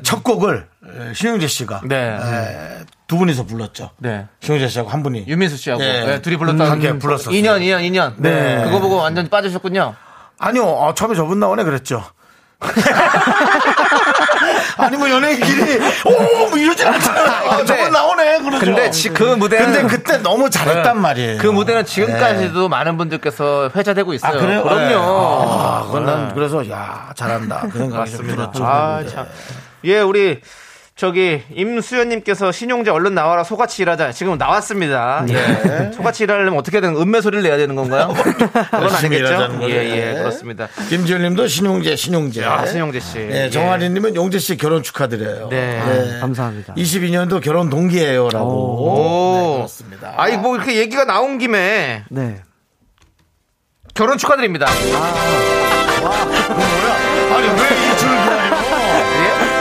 Speaker 1: 첫
Speaker 2: 어.
Speaker 1: 곡을 에, 신영재 씨가
Speaker 2: 네.
Speaker 1: 에, 두 분이서 불렀죠.
Speaker 2: 네.
Speaker 1: 신영재 씨하고 한 분이
Speaker 2: 유민수 씨하고
Speaker 1: 네.
Speaker 2: 네, 둘이 불렀다가
Speaker 1: 함께 불렀었어요.
Speaker 2: 2년, 2년, 2년.
Speaker 1: 네.
Speaker 2: 그거 보고 완전 빠지셨군요.
Speaker 1: 아니요, 어, 처음에 저분 나오네 그랬죠. 아니 뭐 연예인끼리 오뭐 이러진 않잖아. 아,
Speaker 2: 근데-
Speaker 1: 저분 나오네 그러죠.
Speaker 2: 근데 지- 그 무대는
Speaker 1: 근데 그때 너무 잘했단 말이에요. 네.
Speaker 2: 그 무대는 지금까지도 많은 분들께서 회자되고
Speaker 1: 예. 아,
Speaker 2: 있어요.
Speaker 1: 그래요? 네.
Speaker 2: 그럼요.
Speaker 1: 아, 그건 난 그래서 야 잘한다 그 생각이 좀 들었죠. 네.
Speaker 2: 아, 참. 예, 우리 저기 임수연님께서 신용재 얼른 나와라 소같이 일하자 지금 나왔습니다. 예. 소같이 일하려면 어떻게 해야 되는? 음매 소리를 내야 되는 건가요? 그건
Speaker 1: 열심히 일하자는
Speaker 2: 아니겠죠?
Speaker 1: 거죠.
Speaker 2: 예,
Speaker 1: 예.
Speaker 2: 예, 그렇습니다.
Speaker 1: 김지현님도 신용재 신용재.
Speaker 2: 아, 신용재 씨.
Speaker 1: 예, 정아리님은 용재 씨 결혼 축하드려요.
Speaker 2: 네.
Speaker 6: 감사합니다.
Speaker 1: 22년도 결혼 동기예요라고. 네,
Speaker 2: 오.
Speaker 1: 그렇습니다.
Speaker 2: 아니 뭐 이렇게 얘기가 나온 김에
Speaker 6: 네.
Speaker 2: 결혼 축하드립니다.
Speaker 1: 아니 왜 이 줄을 기다리고?
Speaker 2: 예?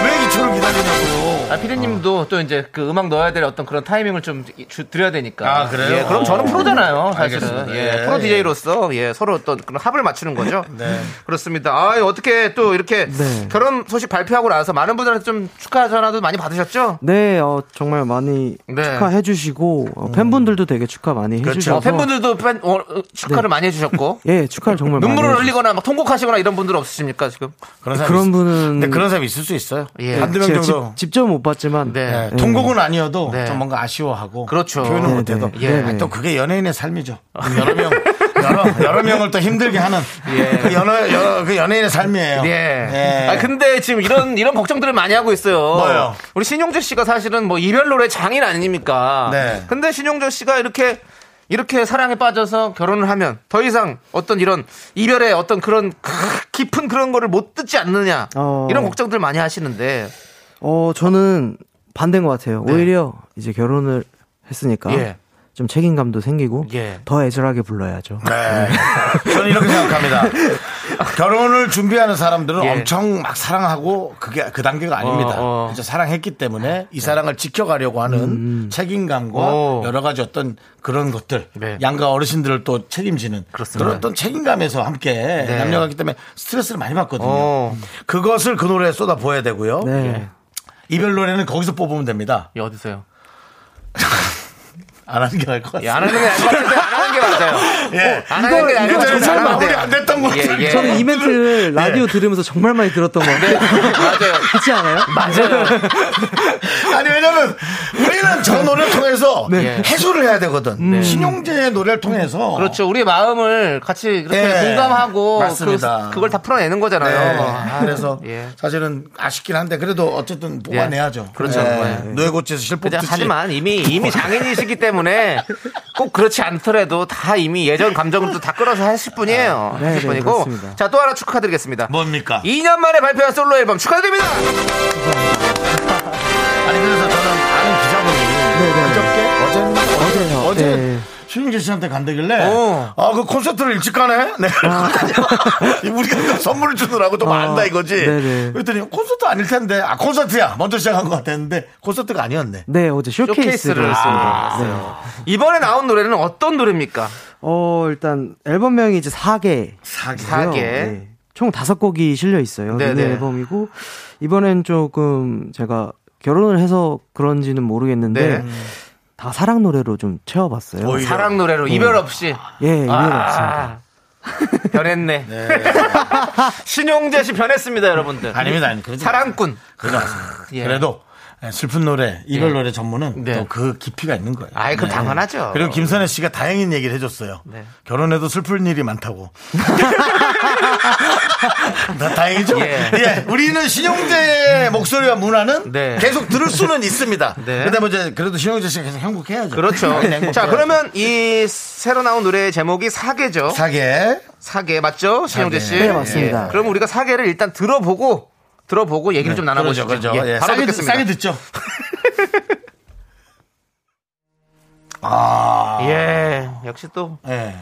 Speaker 1: 왜 이 줄을 기다리냐고.
Speaker 2: 아, 피디님도 또 이제 그 음악 넣어야 될 어떤 그런 타이밍을 좀 주- 드려야 되니까.
Speaker 1: 아, 그래요?
Speaker 2: 예, 그럼 저는
Speaker 1: 어.
Speaker 2: 프로잖아요, 사실은.
Speaker 1: 알겠습니다.
Speaker 2: 예,
Speaker 1: 예,
Speaker 2: 프로
Speaker 1: 예.
Speaker 2: DJ로서 예, 서로 어떤 그런 합을 맞추는 거죠.
Speaker 1: 네.
Speaker 2: 그렇습니다. 아, 어떻게 또 이렇게
Speaker 6: 네.
Speaker 2: 결혼 소식 발표하고 나서 많은 분들한테 좀 축하 전화도 많이 받으셨죠?
Speaker 6: 네, 어, 정말 많이
Speaker 2: 네.
Speaker 6: 축하해 주시고 어, 팬분들도 되게 축하 많이 해
Speaker 1: 그렇죠.
Speaker 6: 주셔서
Speaker 2: 어, 팬분들도 팬, 어, 어, 축하를 많이 해주셨고.
Speaker 6: 뭐. 네. 예, 축하를 정말 많이
Speaker 2: 눈물을
Speaker 6: 해주셔서.
Speaker 2: 흘리거나 막 통곡하시거나 이런 분들 없으십니까 지금?
Speaker 1: 그런 사람
Speaker 6: 그런
Speaker 1: 있-
Speaker 6: 분은
Speaker 1: 근데 그런 사람 있을 수 있어요.
Speaker 2: 예.
Speaker 1: 한두 명
Speaker 6: 제가
Speaker 1: 정도.
Speaker 6: 직- 직접 못 봤지만
Speaker 2: 네.
Speaker 1: 예, 통곡은 아니어도
Speaker 2: 네.
Speaker 1: 좀 뭔가 아쉬워하고
Speaker 2: 그렇죠.
Speaker 1: 표현을
Speaker 2: 네,
Speaker 1: 못해도
Speaker 6: 네.
Speaker 2: 예. 네.
Speaker 1: 아니, 또 그게 연예인의 삶이죠. 여러 명 여러, 여러 명을 또 힘들게 하는
Speaker 2: 예.
Speaker 1: 그, 연어, 여- 그 연예인의 삶이에요.
Speaker 2: 예.
Speaker 1: 예.
Speaker 2: 아 근데 지금 이런 이런 걱정들을 많이 하고 있어요.
Speaker 1: 뭐요?
Speaker 2: 우리 신용재 씨가 사실은 뭐 이별 노래 장인 아닙니까?
Speaker 1: 네.
Speaker 2: 근데 신용재 씨가 이렇게 이렇게 사랑에 빠져서 결혼을 하면 더 이상 어떤 이런 이별의 어떤 그런 크- 깊은 그런 거를 못 듣지 않느냐
Speaker 6: 어.
Speaker 2: 이런 걱정들 많이 하시는데
Speaker 6: 어, 저는 반대인 것 같아요.
Speaker 2: 네.
Speaker 6: 오히려 이제 결혼을 했으니까
Speaker 2: 예.
Speaker 6: 좀 책임감도 생기고
Speaker 2: 예.
Speaker 6: 더 애절하게 불러야죠.
Speaker 1: 네. 저는 이렇게 생각합니다. 결혼을 준비하는 사람들은
Speaker 2: 예.
Speaker 1: 엄청 막 사랑하고 그게 그 단계가 아닙니다.
Speaker 2: 어.
Speaker 1: 이제 사랑했기 때문에 이 사랑을 지켜가려고 하는 책임감과
Speaker 2: 음. 오.
Speaker 1: 여러 가지 어떤 그런 것들,
Speaker 2: 네.
Speaker 1: 양가 어르신들을 또 책임지는
Speaker 2: 그렇습니다. 네.
Speaker 1: 런 어떤 책임감에서 함께 남녀가기 때문에 스트레스를 많이 받거든요.
Speaker 2: 어.
Speaker 1: 그것을 그 노래에 쏟아 부어야 되고요.
Speaker 6: 네.
Speaker 1: 이별 노래는 거기서 뽑으면 됩니다.
Speaker 2: 예, 어디서요?
Speaker 1: 안 하는 게 나을 것
Speaker 2: 예,
Speaker 1: 같아요.
Speaker 2: 안 하는 아, 게 나을 것 같은데 안 하는 게 맞아요.
Speaker 1: 예. 아, 네.
Speaker 2: 안 하는 게 나을 것 같은데
Speaker 1: 정말
Speaker 2: 안 하면
Speaker 1: 마무리
Speaker 2: 돼요.
Speaker 1: 안 됐던 것 같아요.
Speaker 2: 예, 예.
Speaker 6: 저는 이 멘트를 라디오 들으면서 정말 많이 들었던 것
Speaker 2: 네.
Speaker 6: 같아요.
Speaker 2: 맞아요.
Speaker 6: 그렇지 않아요?
Speaker 2: 맞아요.
Speaker 1: 아니 왜냐면 우리는 저 노래를 통해서
Speaker 2: 네. 음.
Speaker 1: 해소를 해야 되거든. 신용재의 노래를 통해서
Speaker 2: 그렇죠. 우리의 마음을 같이 그렇게
Speaker 1: 예,
Speaker 2: 공감하고
Speaker 1: 맞습니다.
Speaker 2: 그, 걸다 풀어내는
Speaker 1: 네.
Speaker 2: 거잖아요. 아,
Speaker 1: 그래서
Speaker 2: 예.
Speaker 1: 사실은 아쉽긴 한데 그래도 어쨌든 뽑아내야죠. 네.
Speaker 2: 그렇죠. 예.
Speaker 1: 노예고치에서
Speaker 2: 그냥
Speaker 1: 실뽑듯이.
Speaker 2: 하지만 이미
Speaker 6: 뭐.
Speaker 2: 이미 장인이시기 때문에 꼭 그렇지 않더라도 다 이미 예전 감정도 다 끌어서 하실 뿐이에요.
Speaker 6: 네,
Speaker 2: 하실
Speaker 6: 네,
Speaker 2: 뿐이고
Speaker 6: 그렇습니다.
Speaker 2: 자 또 하나 축하드리겠습니다.
Speaker 1: 뭡니까?
Speaker 2: 2년 만에 발표한 솔로 앨범 축하드립니다.
Speaker 1: 아니 그래서 저는 아는 기자분이 어저께 어제
Speaker 6: 어제요.
Speaker 1: 어제
Speaker 6: 네.
Speaker 1: 신용재 씨한테 간다길래
Speaker 2: 어. 아.
Speaker 1: 아 그 콘서트를 일찍 가네. 네. 우리가 그 선물을 주느라고 좀
Speaker 6: 어,
Speaker 1: 안다 이거지.
Speaker 6: 네네.
Speaker 1: 그랬더니 콘서트 아닐 텐데 아 콘서트야 먼저 시작한 것 같았는데 콘서트가 아니었네.
Speaker 6: 네, 어제 쇼케이스를
Speaker 2: 쇼케이스를
Speaker 6: 했습니다.
Speaker 2: 했어요.
Speaker 6: 네.
Speaker 2: 이번에 나온 노래는 어떤 노래입니까?
Speaker 6: 어, 일단 앨범명이 이제 4개. 네.
Speaker 2: 사 개.
Speaker 6: 총 다섯 곡이 실려 있어요.
Speaker 2: 네,
Speaker 6: 미니
Speaker 2: 네.
Speaker 6: 앨범이고 이번엔 조금 제가 결혼을 해서 그런지는 모르겠는데
Speaker 2: 네.
Speaker 6: 다 사랑 노래로 좀 채워봤어요.
Speaker 1: 오히려.
Speaker 2: 뭐 사랑 노래로 이별 없이
Speaker 6: 음. 예, 이해는 없습니다.
Speaker 2: 아, 변했네. 신용재 씨 변했습니다, 여러분들.
Speaker 1: 아닙니다, 아니 그래도
Speaker 6: 네.
Speaker 2: 사랑꾼.
Speaker 1: 그건 아닙니다.
Speaker 2: 예.
Speaker 1: 그래도 슬픈 노래 이별
Speaker 2: 예.
Speaker 1: 노래 전문은
Speaker 2: 네.
Speaker 1: 또 그 깊이가 있는 거예요.
Speaker 2: 아이,
Speaker 6: 네.
Speaker 2: 그건 당연하죠.
Speaker 1: 그리고 김선혜 씨가 다행인 얘기를 해줬어요.
Speaker 2: 네.
Speaker 1: 결혼해도 슬픈 일이 많다고. 나 다행이죠.
Speaker 2: 예.
Speaker 1: 예. 우리는 신용재의 목소리와 문화는
Speaker 2: 네.
Speaker 1: 계속 들을 수는 있습니다.
Speaker 2: 네.
Speaker 1: 근데 뭐 이제 그래도 신용재 씨가 계속 행복해야죠.
Speaker 2: 그렇죠.
Speaker 1: 많이 행복해야죠.
Speaker 2: 자, 그러면 이 새로 나온 노래의 제목이 사계죠.
Speaker 1: 사계
Speaker 2: 사계 맞죠? 신영재 씨. 예.
Speaker 1: 네,
Speaker 6: 맞습니다.
Speaker 2: 그럼 우리가 사계를 일단 들어보고 들어보고 얘기를 좀 나눠보죠.
Speaker 1: 그렇죠, 그렇죠.
Speaker 2: 예,
Speaker 1: 예,
Speaker 2: 바로
Speaker 1: 싸게, 듣-
Speaker 2: 듣겠습니다.
Speaker 1: 싸게 듣죠. 아,
Speaker 2: 예. 역시 또,
Speaker 1: 예.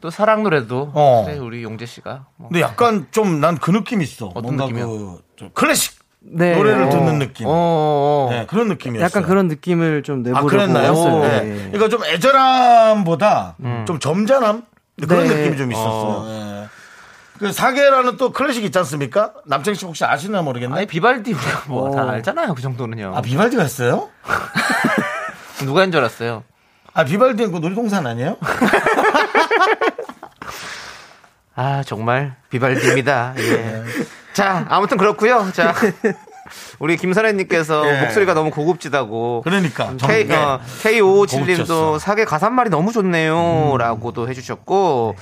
Speaker 2: 또 사랑 노래도
Speaker 1: 어.
Speaker 2: 사실 우리 용재 씨가 뭐.
Speaker 1: 근데 네, 약간 좀 난 그 느낌 있어. 뭔가
Speaker 2: 느낌이요?
Speaker 1: 그 좀 클래식
Speaker 6: 네.
Speaker 1: 노래를
Speaker 6: 어,
Speaker 1: 듣는 느낌.
Speaker 2: 어, 어, 어.
Speaker 1: 네, 그런 느낌이었어요.
Speaker 6: 약간 그런 느낌을 좀
Speaker 1: 아,
Speaker 6: 내보려고
Speaker 1: 그랬나요?
Speaker 6: 했어요.
Speaker 1: 네.
Speaker 6: 예.
Speaker 1: 그러니까 좀 애절함보다
Speaker 2: 음.
Speaker 1: 좀 점잖함 그런
Speaker 6: 네.
Speaker 1: 느낌이 좀 있었어. 예. 그 사계라는 또 클래식 있지 않습니까? 남창 씨 혹시 아시나 모르겠네.
Speaker 2: 아니, 비발디 우리가 뭐 다
Speaker 6: 어.
Speaker 2: 알잖아요. 그 정도는요.
Speaker 1: 아 비발디가 있어요?
Speaker 2: 누가 인 줄 알았어요.
Speaker 1: 아 비발디는 그 놀이동산 아니에요?
Speaker 2: 아 정말 비발디입니다.
Speaker 1: 네.
Speaker 2: 예. 자 아무튼 그렇고요. 자 우리 김선혜님께서
Speaker 1: 예.
Speaker 2: 목소리가 너무 고급지다고.
Speaker 1: 그러니까
Speaker 2: K,
Speaker 1: 정- 음, 고급졌어.
Speaker 2: 어,
Speaker 1: 음.
Speaker 2: K557님도 사계 가사말이 너무 좋네요. 라고도 해주셨고.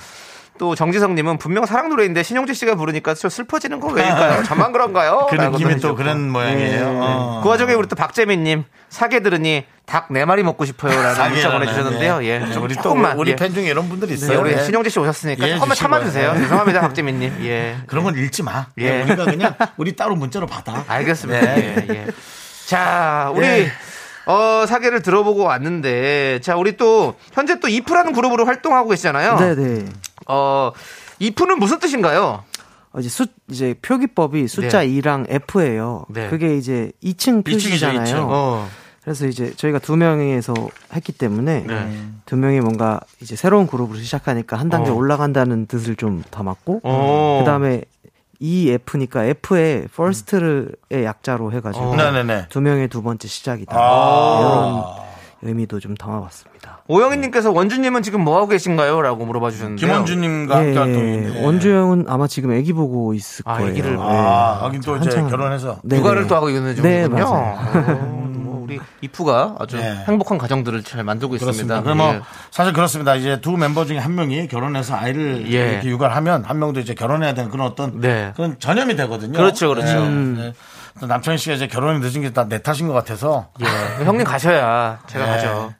Speaker 2: 또 정지성님은 분명 사랑 노래인데 신용재 씨가 부르니까 저 슬퍼지는 거 왜일까요? 저만 그런가요?
Speaker 1: 그
Speaker 2: 라고도
Speaker 1: 느낌이 또
Speaker 2: 해주셨고.
Speaker 1: 그런 모양이에요. 어.
Speaker 2: 그 와중에 우리 또 박재민님 사계 들으니 닭 네 마리 먹고 싶어요라는 문자
Speaker 1: 사계라는,
Speaker 2: 보내주셨는데요.
Speaker 1: 네.
Speaker 2: 예,
Speaker 1: 네,
Speaker 2: 좀
Speaker 1: 우리 또
Speaker 2: 조금만
Speaker 1: 우리
Speaker 2: 예.
Speaker 1: 팬 중에 이런 분들이
Speaker 2: 네,
Speaker 1: 있어요.
Speaker 2: 우리
Speaker 1: 네.
Speaker 2: 신용재 씨 오셨으니까
Speaker 1: 이해해
Speaker 2: 조금만
Speaker 1: 주시고요.
Speaker 2: 참아주세요.
Speaker 1: 네.
Speaker 2: 죄송합니다, 박재민님. 예.
Speaker 1: 그런 건 읽지 마.
Speaker 2: 예.
Speaker 1: 우리가 그냥 우리 따로 문자로 받아.
Speaker 2: 알겠습니다.
Speaker 1: 네.
Speaker 2: 예, 예. 자, 우리
Speaker 1: 예.
Speaker 2: 어, 사계를 들어보고 왔는데, 자, 우리 또 현재 또
Speaker 1: 어.
Speaker 6: 네,
Speaker 1: 네,
Speaker 2: 이프라는 그룹으로 활동하고 계시잖아요.
Speaker 6: 네네.
Speaker 2: 어, 이프는 무슨 뜻인가요?
Speaker 6: 이제 숫 이제 표기법이 숫자
Speaker 2: 네.
Speaker 6: 2랑 F예요.
Speaker 2: 네.
Speaker 6: 그게 이제 2층 표시잖아요.
Speaker 1: 이층.
Speaker 2: 어.
Speaker 6: 그래서 이제 저희가 두 명에서 했기 때문에
Speaker 1: 네.
Speaker 6: 두 명이 뭔가 이제 새로운 그룹으로 시작하니까 한 단계
Speaker 2: 어.
Speaker 6: 올라간다는 뜻을 좀 담았고
Speaker 2: 어.
Speaker 6: 그다음에 EF니까 F의 first를 의 약자로 해가지고
Speaker 1: 어. 네네네.
Speaker 6: 두 명의 두 번째 시작이다
Speaker 1: 아.
Speaker 6: 이런 의미도 좀 담아봤습니다.
Speaker 2: 오영희님께서 원주님은 지금 뭐 하고 계신가요?라고 물어봐 주셨는데
Speaker 1: 김원주님과
Speaker 6: 예,
Speaker 1: 함께한
Speaker 2: 네.
Speaker 6: 예.
Speaker 1: 동인데.
Speaker 6: 원주 형은 아마 지금 아기 보고 있을
Speaker 2: 아,
Speaker 6: 거예요.
Speaker 2: 아기를-
Speaker 6: 예.
Speaker 1: 아, 하긴 또 이제
Speaker 6: 한창-
Speaker 1: 결혼해서.
Speaker 6: 네네.
Speaker 2: 육아를 또 하고 있는
Speaker 6: 네,
Speaker 2: 중이군요.
Speaker 6: 맞아요.
Speaker 2: 어, 뭐 우리 이프가 아주
Speaker 1: 네.
Speaker 2: 행복한 가정들을 잘 만들고
Speaker 1: 그렇습니다.
Speaker 2: 있습니다.
Speaker 1: 그럼 뭐
Speaker 2: 예.
Speaker 1: 사실 그렇습니다. 이제 두 멤버 중에 한 명이 결혼해서 아이를
Speaker 2: 예.
Speaker 1: 이렇게 육아를 하면 한 명도 이제 결혼해야 되는 그런 어떤
Speaker 2: 네.
Speaker 1: 그런 전염이 되거든요.
Speaker 2: 그렇죠, 그렇죠.
Speaker 1: 네. 또 남창희 씨가 이제 결혼이 늦은 게 다 내 탓인 것 같아서
Speaker 2: 예. 형님 가셔야 제가
Speaker 1: 네.
Speaker 2: 가죠.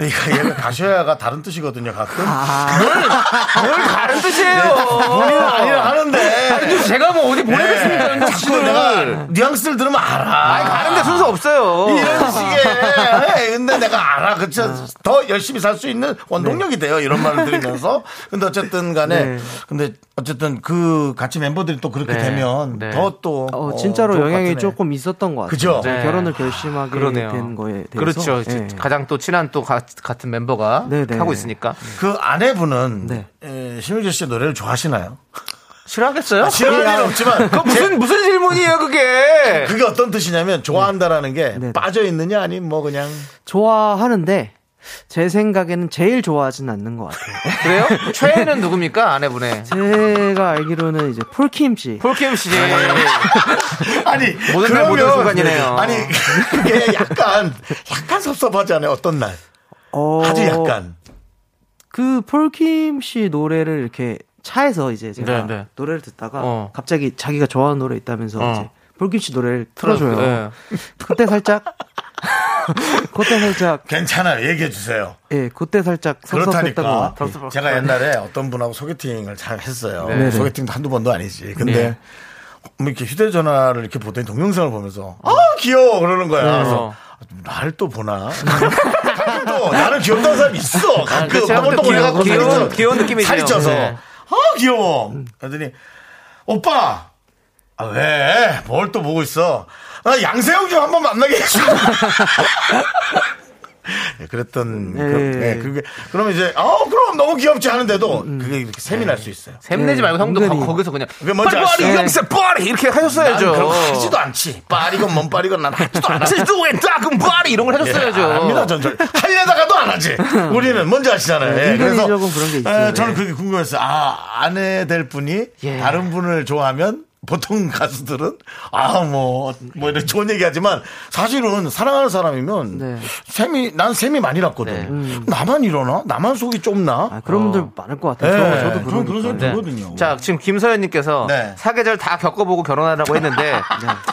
Speaker 1: 얘가, 얘가 가셔야가 다른 뜻이거든요. 가끔
Speaker 2: 아. 뭘 다른 뜻이에요.
Speaker 1: 어, 아니라 하는데
Speaker 2: 제가 뭐 어디 보내겠습니까?
Speaker 1: 네. 자꾸 내가 뉘앙스를 들으면 알아.
Speaker 2: 아니 가는데 순서 없어요.
Speaker 1: 이런 식의 에, 근데 내가 알아 그쵸 더 열심히 살 수 있는 원동력이
Speaker 2: 네.
Speaker 1: 돼요 이런 말을 들으면서 근데 어쨌든 간에
Speaker 6: 네.
Speaker 1: 근데 어쨌든 그 같이 멤버들이 또 그렇게
Speaker 2: 네.
Speaker 1: 되면
Speaker 2: 네.
Speaker 1: 더 또
Speaker 6: 어, 진짜로 영향이 조금 있었던 것 같아요.
Speaker 1: 그죠?
Speaker 2: 네.
Speaker 6: 결혼을 결심하게
Speaker 2: 그러네요.
Speaker 6: 된 거에 대해서.
Speaker 2: 그렇죠.
Speaker 6: 예.
Speaker 2: 가장 또 친한 또 가- 같은 멤버가
Speaker 6: 네, 네.
Speaker 2: 하고 있으니까
Speaker 1: 그 아내분은
Speaker 6: 네.
Speaker 1: 에, 심유재 씨 노래를 좋아하시나요?
Speaker 6: 아,
Speaker 2: 싫어하겠어요? 아,
Speaker 1: 싫어할 일은 없지만
Speaker 2: 그거 무슨 무슨 질문이에요 그게?
Speaker 1: 그게 어떤 뜻이냐면 좋아한다라는 게
Speaker 6: 네.
Speaker 1: 빠져 있느냐 아니면 뭐 그냥
Speaker 6: 좋아하는데 제 생각에는 제일 좋아하진 않는 것 같아요.
Speaker 2: 그래요? 최애는 누굽니까 아내분의?
Speaker 6: 제가 알기로는 이제 폴킴 씨.
Speaker 2: 폴킴
Speaker 6: 네.
Speaker 2: 씨.
Speaker 1: 아니
Speaker 2: 모든 날 모든 순간이네요.
Speaker 1: 아니 그게 약간 약간 섭섭하지 않아요? 어떤 날
Speaker 6: 어,
Speaker 1: 아주 약간
Speaker 6: 그 폴킴 씨 노래를 이렇게 차에서 이제 제가
Speaker 2: 네, 네.
Speaker 6: 노래를 듣다가
Speaker 2: 어.
Speaker 6: 갑자기 자기가 좋아하는 노래 있다면서
Speaker 2: 어.
Speaker 6: 이제 폴킴 씨 노래를 틀어줘요.
Speaker 2: 네.
Speaker 6: 그때 살짝 그때 살짝
Speaker 1: 괜찮아요 얘기해 주세요.
Speaker 6: 예, 그때 살짝 섭섭했던 것
Speaker 1: 그렇다니까
Speaker 6: 같아요.
Speaker 1: 제가 옛날에 어떤 분하고 소개팅을 잘 했어요.
Speaker 6: 네. 네네.
Speaker 1: 소개팅도 한두 번도 아니지. 근데
Speaker 2: 네.
Speaker 1: 뭐 이렇게 휴대전화를 이렇게 보더니 동영상을 보면서 아 귀여워 그러는 거야.
Speaker 6: 어.
Speaker 1: 그래서 날 또 보나? 가끔 또 나를 귀엽다는 사람이 있어. 가끔
Speaker 2: 그렇죠.
Speaker 1: 똥똥을
Speaker 2: 귀여운-
Speaker 1: 해갖고
Speaker 2: 귀여운-
Speaker 1: 살이 쪄-
Speaker 2: 귀여운 느낌이죠.
Speaker 1: 살이 쪄서
Speaker 2: 네.
Speaker 1: 아 귀여워. 그러더니 오빠 아, 왜? 뭘 또 보고 있어? 아, 양세형 좀 한번 만나게 해줘. 예,
Speaker 2: 네.
Speaker 1: 그랬던 그,
Speaker 6: 예.
Speaker 1: 예, 그게 그러면 이제 어 그럼 너무 귀엽지 하는데도
Speaker 2: 음.
Speaker 1: 그게 이렇게 샘이 날 수 있어요.
Speaker 2: 샘내지
Speaker 6: 네,
Speaker 2: 말고 형도
Speaker 6: 은근히.
Speaker 2: 거- 거기서 그냥
Speaker 1: 그게 뭔지
Speaker 2: 빨리
Speaker 1: 아시죠?
Speaker 2: 빨리 이경세 빨리 이렇게
Speaker 1: 난
Speaker 2: 하셨어야죠.
Speaker 1: 그런 거 하지도 않지. 빠리건 뭔 빠리건 난 하지도 않아.
Speaker 2: 지도 웬따금 빨리 이런 걸
Speaker 1: 예, 안 합니다
Speaker 2: 해줬어야죠.
Speaker 1: 전절. 하려다가도 안 하지. 우리는 뭔지 아시잖아요. 예,
Speaker 6: 네, 인간적인 그런 게 있어요.
Speaker 1: 예, 저는
Speaker 6: 네.
Speaker 1: 그게 궁금했어요. 아 아내 될 분이
Speaker 2: 예.
Speaker 1: 다른 분을 좋아하면. 보통 가수들은 아뭐뭐 이런 좋은 얘기하지만 사실은 사랑하는 사람이면
Speaker 6: 네. 음.
Speaker 1: 셈이 난 셈이 많이 났거든.
Speaker 2: 네.
Speaker 1: 나만 이러나? 나만 속이 좁나?
Speaker 6: 아, 그런 분들 많을 것 같아요.
Speaker 1: 예,
Speaker 6: 저, 도
Speaker 1: 저는
Speaker 6: 그런
Speaker 1: 그런 소리
Speaker 2: 네.
Speaker 1: 들거든요.
Speaker 2: 자, 지금 김서연님께서
Speaker 1: 네.
Speaker 2: 사계절 다 겪어보고 결혼하라고 했는데
Speaker 6: 네.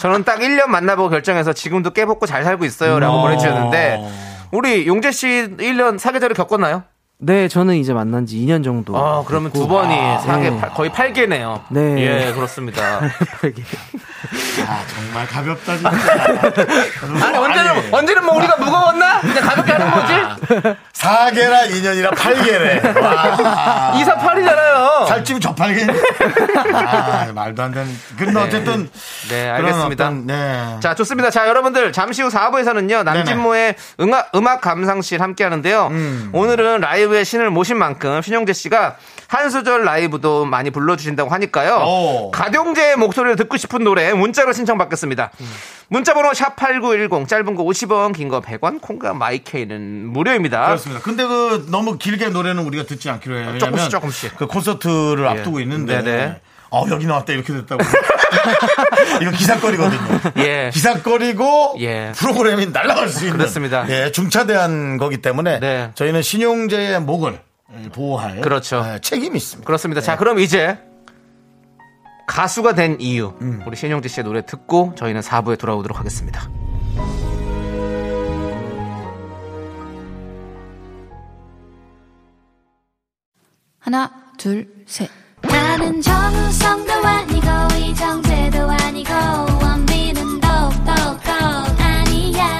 Speaker 2: 저는 딱 1년 만나보고 결정해서 지금도 깨벗고 잘 살고 있어요
Speaker 6: 음.
Speaker 2: 라고 보내주셨는데 우리 용재 씨 1년 사계절을 겪었나요?
Speaker 6: 네, 저는 이제 만난 지 2년 정도.
Speaker 2: 아, 그러면 두 번이 사계,
Speaker 6: 네.
Speaker 2: 팔- 거의 8개네요.
Speaker 6: 네.
Speaker 2: 예, 그렇습니다.
Speaker 6: 팔게.
Speaker 1: 아, 정말 가볍다 진짜.
Speaker 2: 아니, 언제는,
Speaker 6: 어.
Speaker 2: 언제는 뭐 우리가 무거웠나? 그냥 가볍게 하는 거지?
Speaker 1: 4개라 2년이라 8개래. 와.
Speaker 2: 2, 4, 8이잖아요.
Speaker 1: 살찜 저팔개. 아, 말도 안 되는. 근데 어쨌든
Speaker 2: 네,
Speaker 1: 그런
Speaker 2: 알겠습니다.
Speaker 1: 어떤, 네.
Speaker 2: 자, 좋습니다. 자, 여러분들, 잠시 후 4부에서는요, 남진모의 음악, 음악 감상실 함께 하는데요.
Speaker 1: 음.
Speaker 2: 오늘은 라이브의 신을 모신 만큼, 신용재 씨가 한 소절 라이브도 많이 불러주신다고 하니까요.
Speaker 1: 오.
Speaker 2: 가동재의 목소리를 듣고 싶은 노래, 문자로 신청받겠습니다.
Speaker 1: 음.
Speaker 2: 문자번호 샵8910, 짧은 거 50원, 긴 거 100원, 콩과 마이케이는 무료입니다.
Speaker 1: 그렇습니다. 근데 그 너무 길게 노래는 우리가 듣지 않기로 해요. 왜냐면
Speaker 2: 조금씩, 조금씩. 예.
Speaker 1: 그 콘서트를 앞두고 있는데.
Speaker 2: 네네.
Speaker 1: 어 여기 나왔다 이렇게 됐다고. 이거 기사거리거든요.
Speaker 2: 예.
Speaker 1: 기사거리고
Speaker 2: 예.
Speaker 1: 프로그램이 날아갈 수 있는.
Speaker 2: 그렇습니다.
Speaker 1: 예, 중차대한 거기 때문에
Speaker 2: 네.
Speaker 1: 저희는 신용재의 목을 보호할
Speaker 2: 그렇죠.
Speaker 1: 예, 책임이 있습니다.
Speaker 2: 그렇습니다. 자, 그럼 이제 가수가 된 이유,
Speaker 1: 음.
Speaker 2: 우리 신용재 씨의 노래 듣고 저희는 4부에 돌아오도록 하겠습니다.
Speaker 3: 하나, 둘, 셋. 나는 정우성도 아니고, 이정재도 아니고, 원빈은 더욱더 아니야.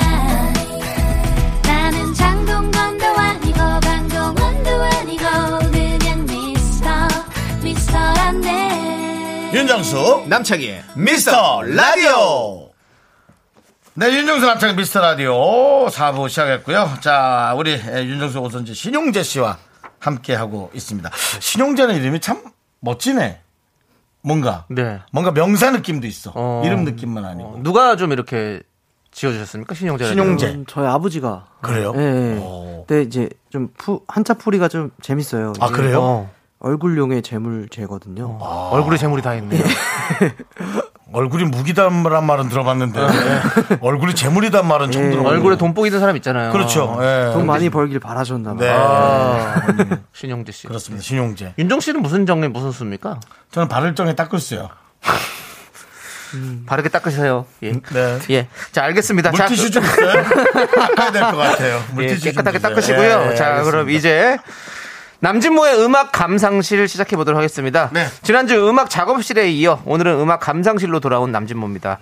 Speaker 3: 나는 장동건도 아니고, 강동원도 아니고, 그냥 미스터, 미스터란데.
Speaker 1: 윤정수
Speaker 4: 남창희의
Speaker 1: 미스터 라디오. 네, 윤정수 남창 미스터 라디오 4부 시작했고요. 자, 우리 에, 윤정수 오선지 신용재 씨와 함께하고 있습니다. 신용재는 이름이 참 멋지네. 뭔가.
Speaker 2: 네.
Speaker 1: 뭔가 명사 느낌도 있어.
Speaker 2: 어.
Speaker 1: 이름 느낌만 아니고.
Speaker 2: 누가 좀 이렇게 지어주셨습니까? 네, 신용재.
Speaker 1: 신용재.
Speaker 6: 음, 저희 아버지가
Speaker 1: 그래요?
Speaker 2: 네,
Speaker 6: 예. 예.
Speaker 1: 오.
Speaker 6: 근데 이제 좀 푸, 한자 풀이가 좀 재밌어요.
Speaker 1: 어. 아, 어.
Speaker 6: 이게
Speaker 1: 그래요?
Speaker 6: 얼굴용의 재물제거든요.
Speaker 2: 아. 얼굴에 재물이 다
Speaker 1: 예.
Speaker 2: 있네요.
Speaker 1: 얼굴이 무기다란 말은 들어봤는데 얼굴이 재물이란 말은 처음 들어봤어요.
Speaker 2: 아, 네. 얼굴에 돈복이 든 사람 있잖아요. 어.
Speaker 1: 그렇죠. 예. 음.
Speaker 6: 돈 많이 벌길 바라셨나 봐요.
Speaker 1: 네.
Speaker 2: 아, 신용재 씨.
Speaker 1: 그렇습니다. 신용재.
Speaker 2: 윤정 씨는 무슨 정리 무슨 수입니까?
Speaker 1: 저는 발을 정에 닦을 수요.
Speaker 2: 바르게 닦으세요. 예.
Speaker 1: 네.
Speaker 2: 예. 자, 알겠습니다. 자,
Speaker 1: 물티슈 좀 있어요? 닦아야 될 것 같아요.
Speaker 2: 예,
Speaker 1: 물티슈 좀
Speaker 2: 깨끗하게
Speaker 1: 주세요.
Speaker 2: 닦으시고요.
Speaker 1: 예, 예,
Speaker 2: 자, 그럼
Speaker 1: 알겠습니다.
Speaker 2: 이제 남진모의 음악 감상실 시작해 보도록 하겠습니다.
Speaker 1: 네.
Speaker 2: 지난주 음악 작업실에 이어 오늘은 음악 감상실로 돌아온 남진모입니다.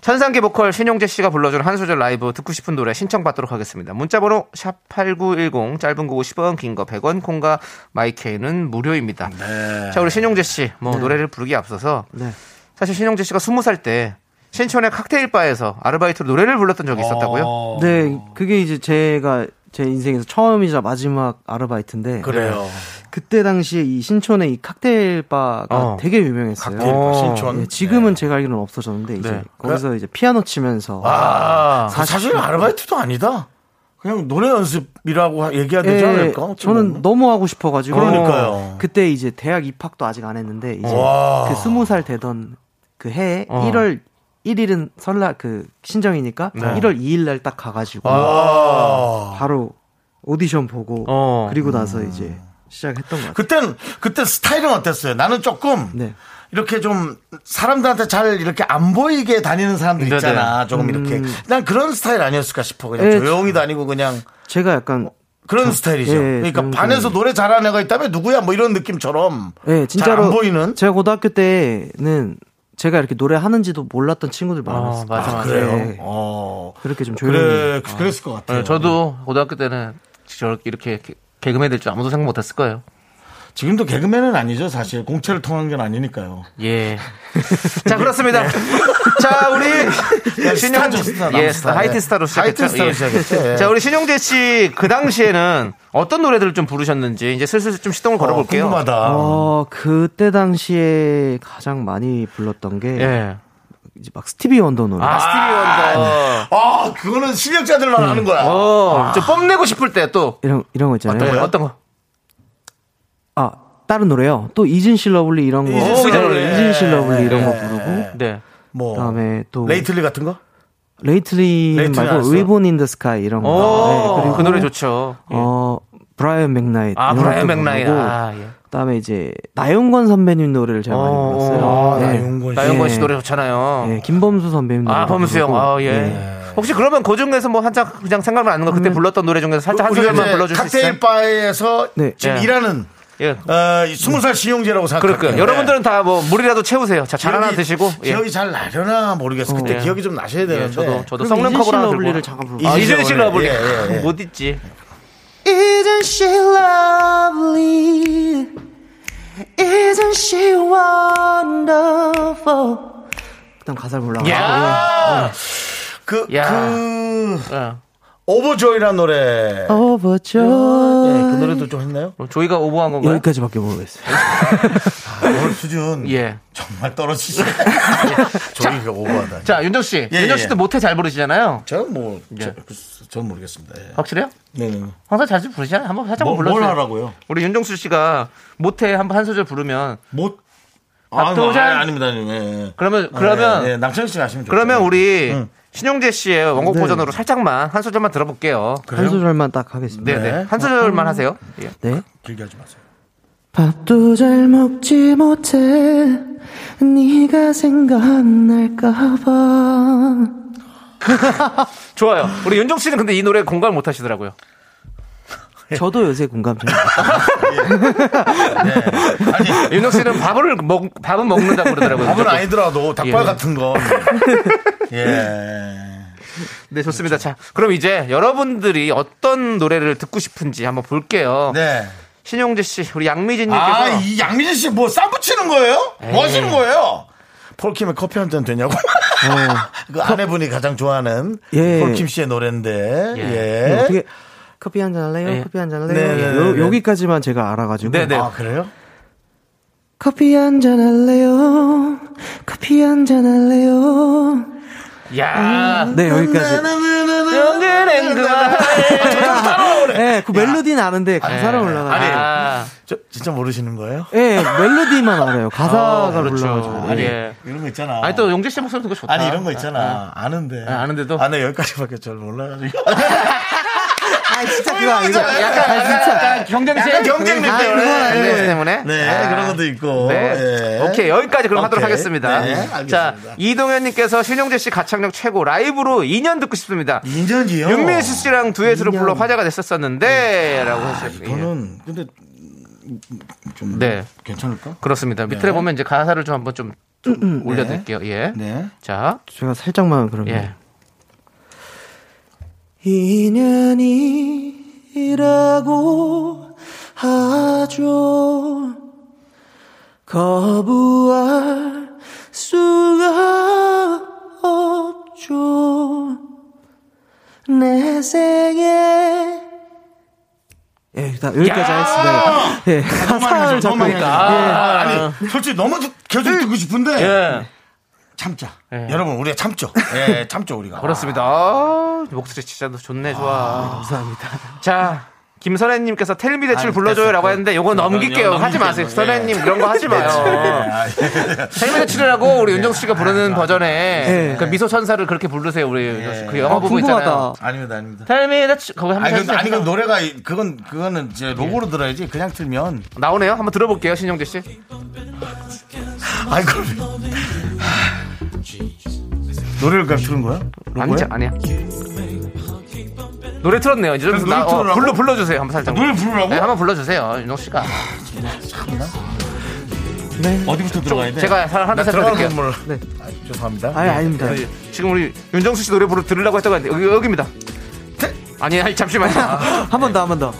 Speaker 2: 천상계 보컬 신용재 씨가 불러준 한 소절 라이브 듣고 싶은 노래 신청받도록 하겠습니다. 문자번호 샵 #8910 짧은 거 50원, 긴 거 100원, 콩과 마이케이는 무료입니다.
Speaker 1: 네.
Speaker 2: 자, 우리 신용재 씨, 뭐 노래를 부르기 에 앞서서
Speaker 6: 네.
Speaker 2: 사실 신용재 씨가 20살 때 신촌의 칵테일 바에서 아르바이트로 노래를 불렀던 적이 있었다고요?
Speaker 1: 어,
Speaker 6: 네, 그게 이제 제가 제 인생에서 처음이자 마지막 아르바이트인데
Speaker 1: 그래요.
Speaker 6: 그때 당시에 이 신촌의 이 칵테일 바가
Speaker 2: 어.
Speaker 6: 되게 유명했어요.
Speaker 1: 칵테일 바, 신촌.
Speaker 6: 예, 지금은 제가 알기로는 없어졌는데 이제
Speaker 2: 네.
Speaker 6: 거기서 이제 피아노 치면서
Speaker 1: 그러니까 아, 사실 아르바이트도 아니다. 그냥 노래 연습이라고 얘기해야 되지
Speaker 6: 예,
Speaker 1: 않을까? 어떻게
Speaker 6: 저는
Speaker 1: 보면?
Speaker 6: 너무 하고 싶어가지고
Speaker 1: 그러니까요.
Speaker 6: 그때 이제 대학 입학도 아직 안 했는데 이제
Speaker 1: 와.
Speaker 6: 그 스무 살 되던 그 해에
Speaker 2: 어.
Speaker 6: 1월 1일은 설날 그 신정이니까
Speaker 1: 네.
Speaker 6: 1월 2일 날 딱 가가지고
Speaker 1: 아.
Speaker 6: 바로 오디션 보고
Speaker 2: 어.
Speaker 6: 그리고 나서 이제 시작했던 것 같아요.
Speaker 1: 음. 그땐, 그땐 스타일은 어땠어요? 나는 조금
Speaker 6: 네.
Speaker 1: 이렇게 좀 사람들한테 잘 이렇게 안 보이게 다니는 사람들
Speaker 2: 네네. 음.
Speaker 1: 있잖아. 조금 이렇게. 난 그런 스타일 아니었을까 싶어. 그냥
Speaker 6: 예,
Speaker 1: 조용히 다니고 그냥
Speaker 6: 제가 약간
Speaker 1: 그런 스타일이죠.
Speaker 6: 예,
Speaker 1: 그러니까
Speaker 6: 조용히
Speaker 1: 반에서
Speaker 6: 다니고.
Speaker 1: 노래 잘하는 애가 있다면 누구야 뭐 이런 느낌처럼.
Speaker 6: 예, 진짜로
Speaker 1: 잘안 보이는.
Speaker 6: 제가 고등학교 때는 제가 이렇게 노래하는지도 몰랐던 친구들 많았어요.
Speaker 2: 맞아, 맞아.
Speaker 1: 그래요.
Speaker 6: 예.
Speaker 1: 어.
Speaker 6: 그렇게 좀 조용히.
Speaker 1: 그래, 그랬을 것 같아요. 예.
Speaker 2: 네, 저도 고등학교 때는 저 이렇게 개- 개그맨 될 줄 아무도 생각 못했을 거예요.
Speaker 1: 지금도 개그맨은 아니죠, 사실. 공채를 통한 건 아니니까요.
Speaker 2: 예. 자 그렇습니다. 자 우리
Speaker 1: 네. 스타죠, 스타, 남스타.
Speaker 2: 예, 스타, 하이틴 스타로 시작했죠.
Speaker 1: 하이틴 스타로
Speaker 2: 예.
Speaker 1: 시작했죠, 예.
Speaker 2: 자 우리 신용재 씨 그 당시에는 어떤 노래들을 좀 부르셨는지 이제 슬슬 좀 시동을 걸어볼게요.
Speaker 1: 궁금하다.
Speaker 6: 어, 그때 당시에 가장 많이 불렀던 게
Speaker 2: 예.
Speaker 6: 이제 막 스티비 원더 노래.
Speaker 2: 아 스티비 원더.
Speaker 1: 아, 그거는 실력자들만 아는 네. 거야.
Speaker 2: 음. 어. 좀 뽐내고 싶을 때 또.
Speaker 6: 이런 이런 거 있잖아요.
Speaker 2: 어떤 거? 어떤 거?
Speaker 6: 아, 다른 노래요. 또 이진 실러블리 이런 거. 네,
Speaker 1: 이진 씨 노래.
Speaker 6: 이진 실러블리 이런 거 부르고
Speaker 2: 네.
Speaker 1: 뭐
Speaker 6: 그다음에 또
Speaker 1: 레이틀리 같은 거?
Speaker 6: 레이틀리
Speaker 1: 레이틀리 알았어.
Speaker 6: 말고 리본 인더 스카이
Speaker 1: 어.
Speaker 6: 이런 거.
Speaker 2: 오,
Speaker 6: 네, 그리고
Speaker 2: 그 노래 좋죠.
Speaker 6: 어, 브라이언 맥나이트.
Speaker 2: 아
Speaker 6: 이런
Speaker 2: 브라이언
Speaker 6: 것도
Speaker 2: 맥나이.
Speaker 6: 부르고
Speaker 2: 아 예.
Speaker 6: 그다음에 이제 나영권 선배님 노래를
Speaker 1: 네,
Speaker 6: 제가 많이
Speaker 2: 어,
Speaker 6: 불렀어요.
Speaker 7: 아,
Speaker 2: 어,
Speaker 6: 네.
Speaker 1: 아, 나영권 씨.
Speaker 2: 나영권 씨
Speaker 6: 예.
Speaker 2: 노래 좋잖아요.
Speaker 6: 네, 김범수 선배님 노래. 네.
Speaker 2: 아, 범수 형. 아, 예. 혹시 그러면 그 중에서 뭐 한장 그냥 생각나는 거 그때 불렀던 노래 중에서 살짝 한
Speaker 1: 음. 우리가
Speaker 2: 소절만
Speaker 1: 이제
Speaker 2: 불러줄 수 있어요?
Speaker 1: 칵테일 바에서
Speaker 6: 네.
Speaker 1: 지금
Speaker 2: 예.
Speaker 1: 일하는
Speaker 2: 예.
Speaker 1: 어, 이 스무 살 신용제라고 생각해요.
Speaker 2: 그러니까 여러분들은 다 뭐 물이라도 채우세요. 자, 잘 하나
Speaker 1: 네. 기억이-
Speaker 2: 드시고. 예.
Speaker 1: 기억이 잘 나려나 모르겠어. 그때
Speaker 2: 예.
Speaker 1: 기억이 좀 나셔야 되는데.
Speaker 2: 저도 저도
Speaker 6: 그럼
Speaker 2: 성능
Speaker 6: 이진
Speaker 2: 커버 하나
Speaker 6: 실러블리를
Speaker 2: 들고.
Speaker 6: 잠깐 불러.
Speaker 2: 아, 이준 씨
Speaker 1: 이진
Speaker 2: 러블리.
Speaker 1: 예, 예, 예.
Speaker 2: 못 잊지.
Speaker 7: Isn't she lovely? Isn't she wonderful?
Speaker 6: 일단 가사를
Speaker 1: 예.
Speaker 6: 몰라.
Speaker 2: 예. 야!
Speaker 1: 그,
Speaker 2: 야.
Speaker 1: 그,
Speaker 2: 예.
Speaker 1: 오버조이라는 노래.
Speaker 6: Overjoy.
Speaker 1: 예, 그 노래도 좀 했나요?
Speaker 2: 그럼 조이가 오버한 건가요?
Speaker 6: 네, 여기까지밖에 모르겠어요.
Speaker 1: 아, 오늘 수준.
Speaker 2: 예.
Speaker 1: 정말 떨어지지. 저희가 오버하다.
Speaker 2: 자, 윤정 씨.
Speaker 1: 예,
Speaker 2: 윤정
Speaker 1: 예.
Speaker 2: 씨도 모태 잘 부르시잖아요.
Speaker 1: 제가 뭐,
Speaker 2: 예.
Speaker 1: 저, 전 모르겠습니다. 예.
Speaker 2: 확실해요?
Speaker 1: 네네.
Speaker 2: 항상 잘 부르시잖아요. 한번 살짝
Speaker 1: 뭐,
Speaker 2: 불러 주세요.
Speaker 1: 뭘 하라고요?
Speaker 2: 우리 윤정수 씨가 모태 한번 한 소절 부르면
Speaker 1: 못. 아,
Speaker 2: 박도전?
Speaker 1: 아, 아닙니다, 아님. 예, 예.
Speaker 2: 그러면 그러면
Speaker 1: 예, 예. 남창희 씨가 하시면 좋죠. 예.
Speaker 2: 그러면 우리
Speaker 1: 응.
Speaker 2: 신용재 씨의 원곡 버전으로 살짝만 한 소절만 들어볼게요.
Speaker 6: 한 소절만 딱 하겠습니다.
Speaker 2: 네네.
Speaker 1: 네.
Speaker 2: 한 소절만 하세요. 예.
Speaker 6: 네.
Speaker 1: 길게 하지 마세요.
Speaker 7: 밥도 잘 먹지 못해 네가 생각날까봐
Speaker 2: 좋아요. 우리 윤정 씨는 근데 이 노래 공감을 못 하시더라고요.
Speaker 6: 저도 요새 공감 좀.
Speaker 2: 윤정 씨는 밥을 먹, 밥은 먹는다고 그러더라고요.
Speaker 1: 밥은
Speaker 2: 무조건.
Speaker 1: 아니더라도 닭발
Speaker 2: 예.
Speaker 1: 같은 거. 예.
Speaker 2: 네, 좋습니다. 자, 그럼 이제 여러분들이 어떤 노래를 듣고 싶은지 한번 볼게요.
Speaker 1: 네.
Speaker 2: 신용재 씨, 우리 양미진 님께서
Speaker 1: 아, 이 양민재 씨뭐 쌈붙이는 거예요? 뭐 하시는 거예요? 폴킴의 커피 한 잔 되냐고? 그 아내분이 가장 좋아하는
Speaker 6: 예.
Speaker 1: 폴킴 씨의 노래인데.
Speaker 2: 예.
Speaker 1: 예.
Speaker 6: 네, 어떻게 커피 한 잔 할래요?
Speaker 2: 예.
Speaker 6: 커피 한 잔 할래요?
Speaker 1: 네, 네,
Speaker 6: 요-
Speaker 1: 네.
Speaker 6: 여기까지만 제가 알아가지고
Speaker 2: 네, 네.
Speaker 1: 아, 그래요?
Speaker 7: 커피 한 잔 할래요? 커피 한 잔 할래요?
Speaker 2: 야.
Speaker 6: 네, 여기까지. 네, 그 멜로디는 아는데 가사를
Speaker 2: 네. 아니.
Speaker 6: 올라가요.
Speaker 2: 아,
Speaker 1: 저, 진짜 모르시는 거예요?
Speaker 6: 예, 멜로디만 알아요. 가사가 불러가지고.
Speaker 2: 그렇죠. 예.
Speaker 1: 이런 거 있잖아.
Speaker 2: 아니 또 용재 씨 목소리 듣고 좋다.
Speaker 1: 아니, 이런 거 있잖아. 아는데.
Speaker 2: 아, 아는데도?
Speaker 1: 아내 네, 여기까지밖에 잘 몰라가지고.
Speaker 6: 아, 진짜 그거 아니고.
Speaker 2: 약간,
Speaker 6: 아, 진짜.
Speaker 2: 약간 경쟁심.
Speaker 1: 약간 경쟁
Speaker 6: 아,
Speaker 1: 때문에.
Speaker 6: 그건 아니에요.
Speaker 2: 경쟁심 때문에.
Speaker 1: 네,
Speaker 2: 아.
Speaker 1: 그런 것도 있고.
Speaker 2: 네.
Speaker 1: 예.
Speaker 2: 오케이 여기까지 그럼 하도록
Speaker 1: 오케이.
Speaker 2: 하겠습니다.
Speaker 1: 네, 알겠습니다.
Speaker 2: 자 이동현님께서 신용재 씨 가창력 최고 라이브로 2년 듣고 싶습니다.
Speaker 1: 인연이요.
Speaker 2: 윤민수 씨랑 듀엣으로
Speaker 6: 2년.
Speaker 2: 불러 화제가 됐었었는데라고 하셨어요.
Speaker 1: 음. 아, 저는 근데 좀
Speaker 2: 예. 네.
Speaker 1: 괜찮을까?
Speaker 2: 그렇습니다. 밑에 보면 이제 가사를 좀 한번 좀, 좀 올려드릴게요. 예.
Speaker 1: 음, 네.
Speaker 2: 자,
Speaker 6: 제가 살짝만 그러면.
Speaker 2: 예.
Speaker 6: 인연이라고 하죠. 거부할 수가 없죠. 내 생에 예, 일단 여기까지 하겠습니다. 예, 가사를
Speaker 1: 너무
Speaker 6: 잡고
Speaker 1: 많이 하죠.
Speaker 6: 있다.
Speaker 1: 아, 아니 솔직히 너무 듣- 계속 듣고 싶은데
Speaker 2: 네. 예.
Speaker 1: 참자.
Speaker 2: 예.
Speaker 1: 여러분 우리가 참죠. 예, 참죠 우리가.
Speaker 2: 그렇습니다. 아, 목소리 진짜 좋네, 좋아. 감사합니다. 자, 김선혜님께서 텔미 대출 불러줘요라고 했는데 요거 넘길게요. 하지 마세요. 선혜님
Speaker 1: 예.
Speaker 2: 이런 거
Speaker 1: 네.
Speaker 2: 하지 마요.
Speaker 1: 아, 예.
Speaker 2: 텔미 대출이라고
Speaker 1: 네.
Speaker 2: 우리 윤정수 씨가
Speaker 1: 아,
Speaker 2: 부르는 버전에 그 미소 천사를 그렇게 부르세요. 우리
Speaker 1: 네.
Speaker 2: 윤정수 그 영화
Speaker 6: 아,
Speaker 2: 부분 있잖아요.
Speaker 6: 궁금하다.
Speaker 1: 아닙니다, 아닙니다.
Speaker 2: 텔미 대출 그거 한번
Speaker 1: 아니,
Speaker 2: 해주세요.
Speaker 1: 근데, 아니 그 노래가 이- 그건 그거는
Speaker 2: 예.
Speaker 1: 이제 로고로 들어야지 그냥 틀면
Speaker 2: 나오네요. 한번 들어볼게요, 신영재 씨.
Speaker 1: 아니 그럼 노래를 그냥 틀은 거야? 로고야?
Speaker 2: 아니죠, 아니야. 노래 틀었네요. 이제 좀
Speaker 1: 그래서 노래
Speaker 2: 나, 어,
Speaker 1: 틀으라고?
Speaker 2: 불러 불러주세요. 한번 살짝.
Speaker 1: 노래 부르라고?
Speaker 2: 네, 한번 불러주세요, 윤정 씨가.
Speaker 1: 어디부터 들어가야 돼?
Speaker 2: 제가 사- 하나
Speaker 1: 들어가는
Speaker 2: 살펴볼게요.
Speaker 1: 건물.
Speaker 6: 네.
Speaker 1: 아, 죄송합니다.
Speaker 6: 아니, 아닙니다.
Speaker 2: 지금 우리 윤정수 씨 노래 부르 들으려고 했던 거 같은데 여기 여기입니다.
Speaker 1: 네.
Speaker 2: 아니 아니 잠시만요.
Speaker 6: 한 번 더, 한 번 더.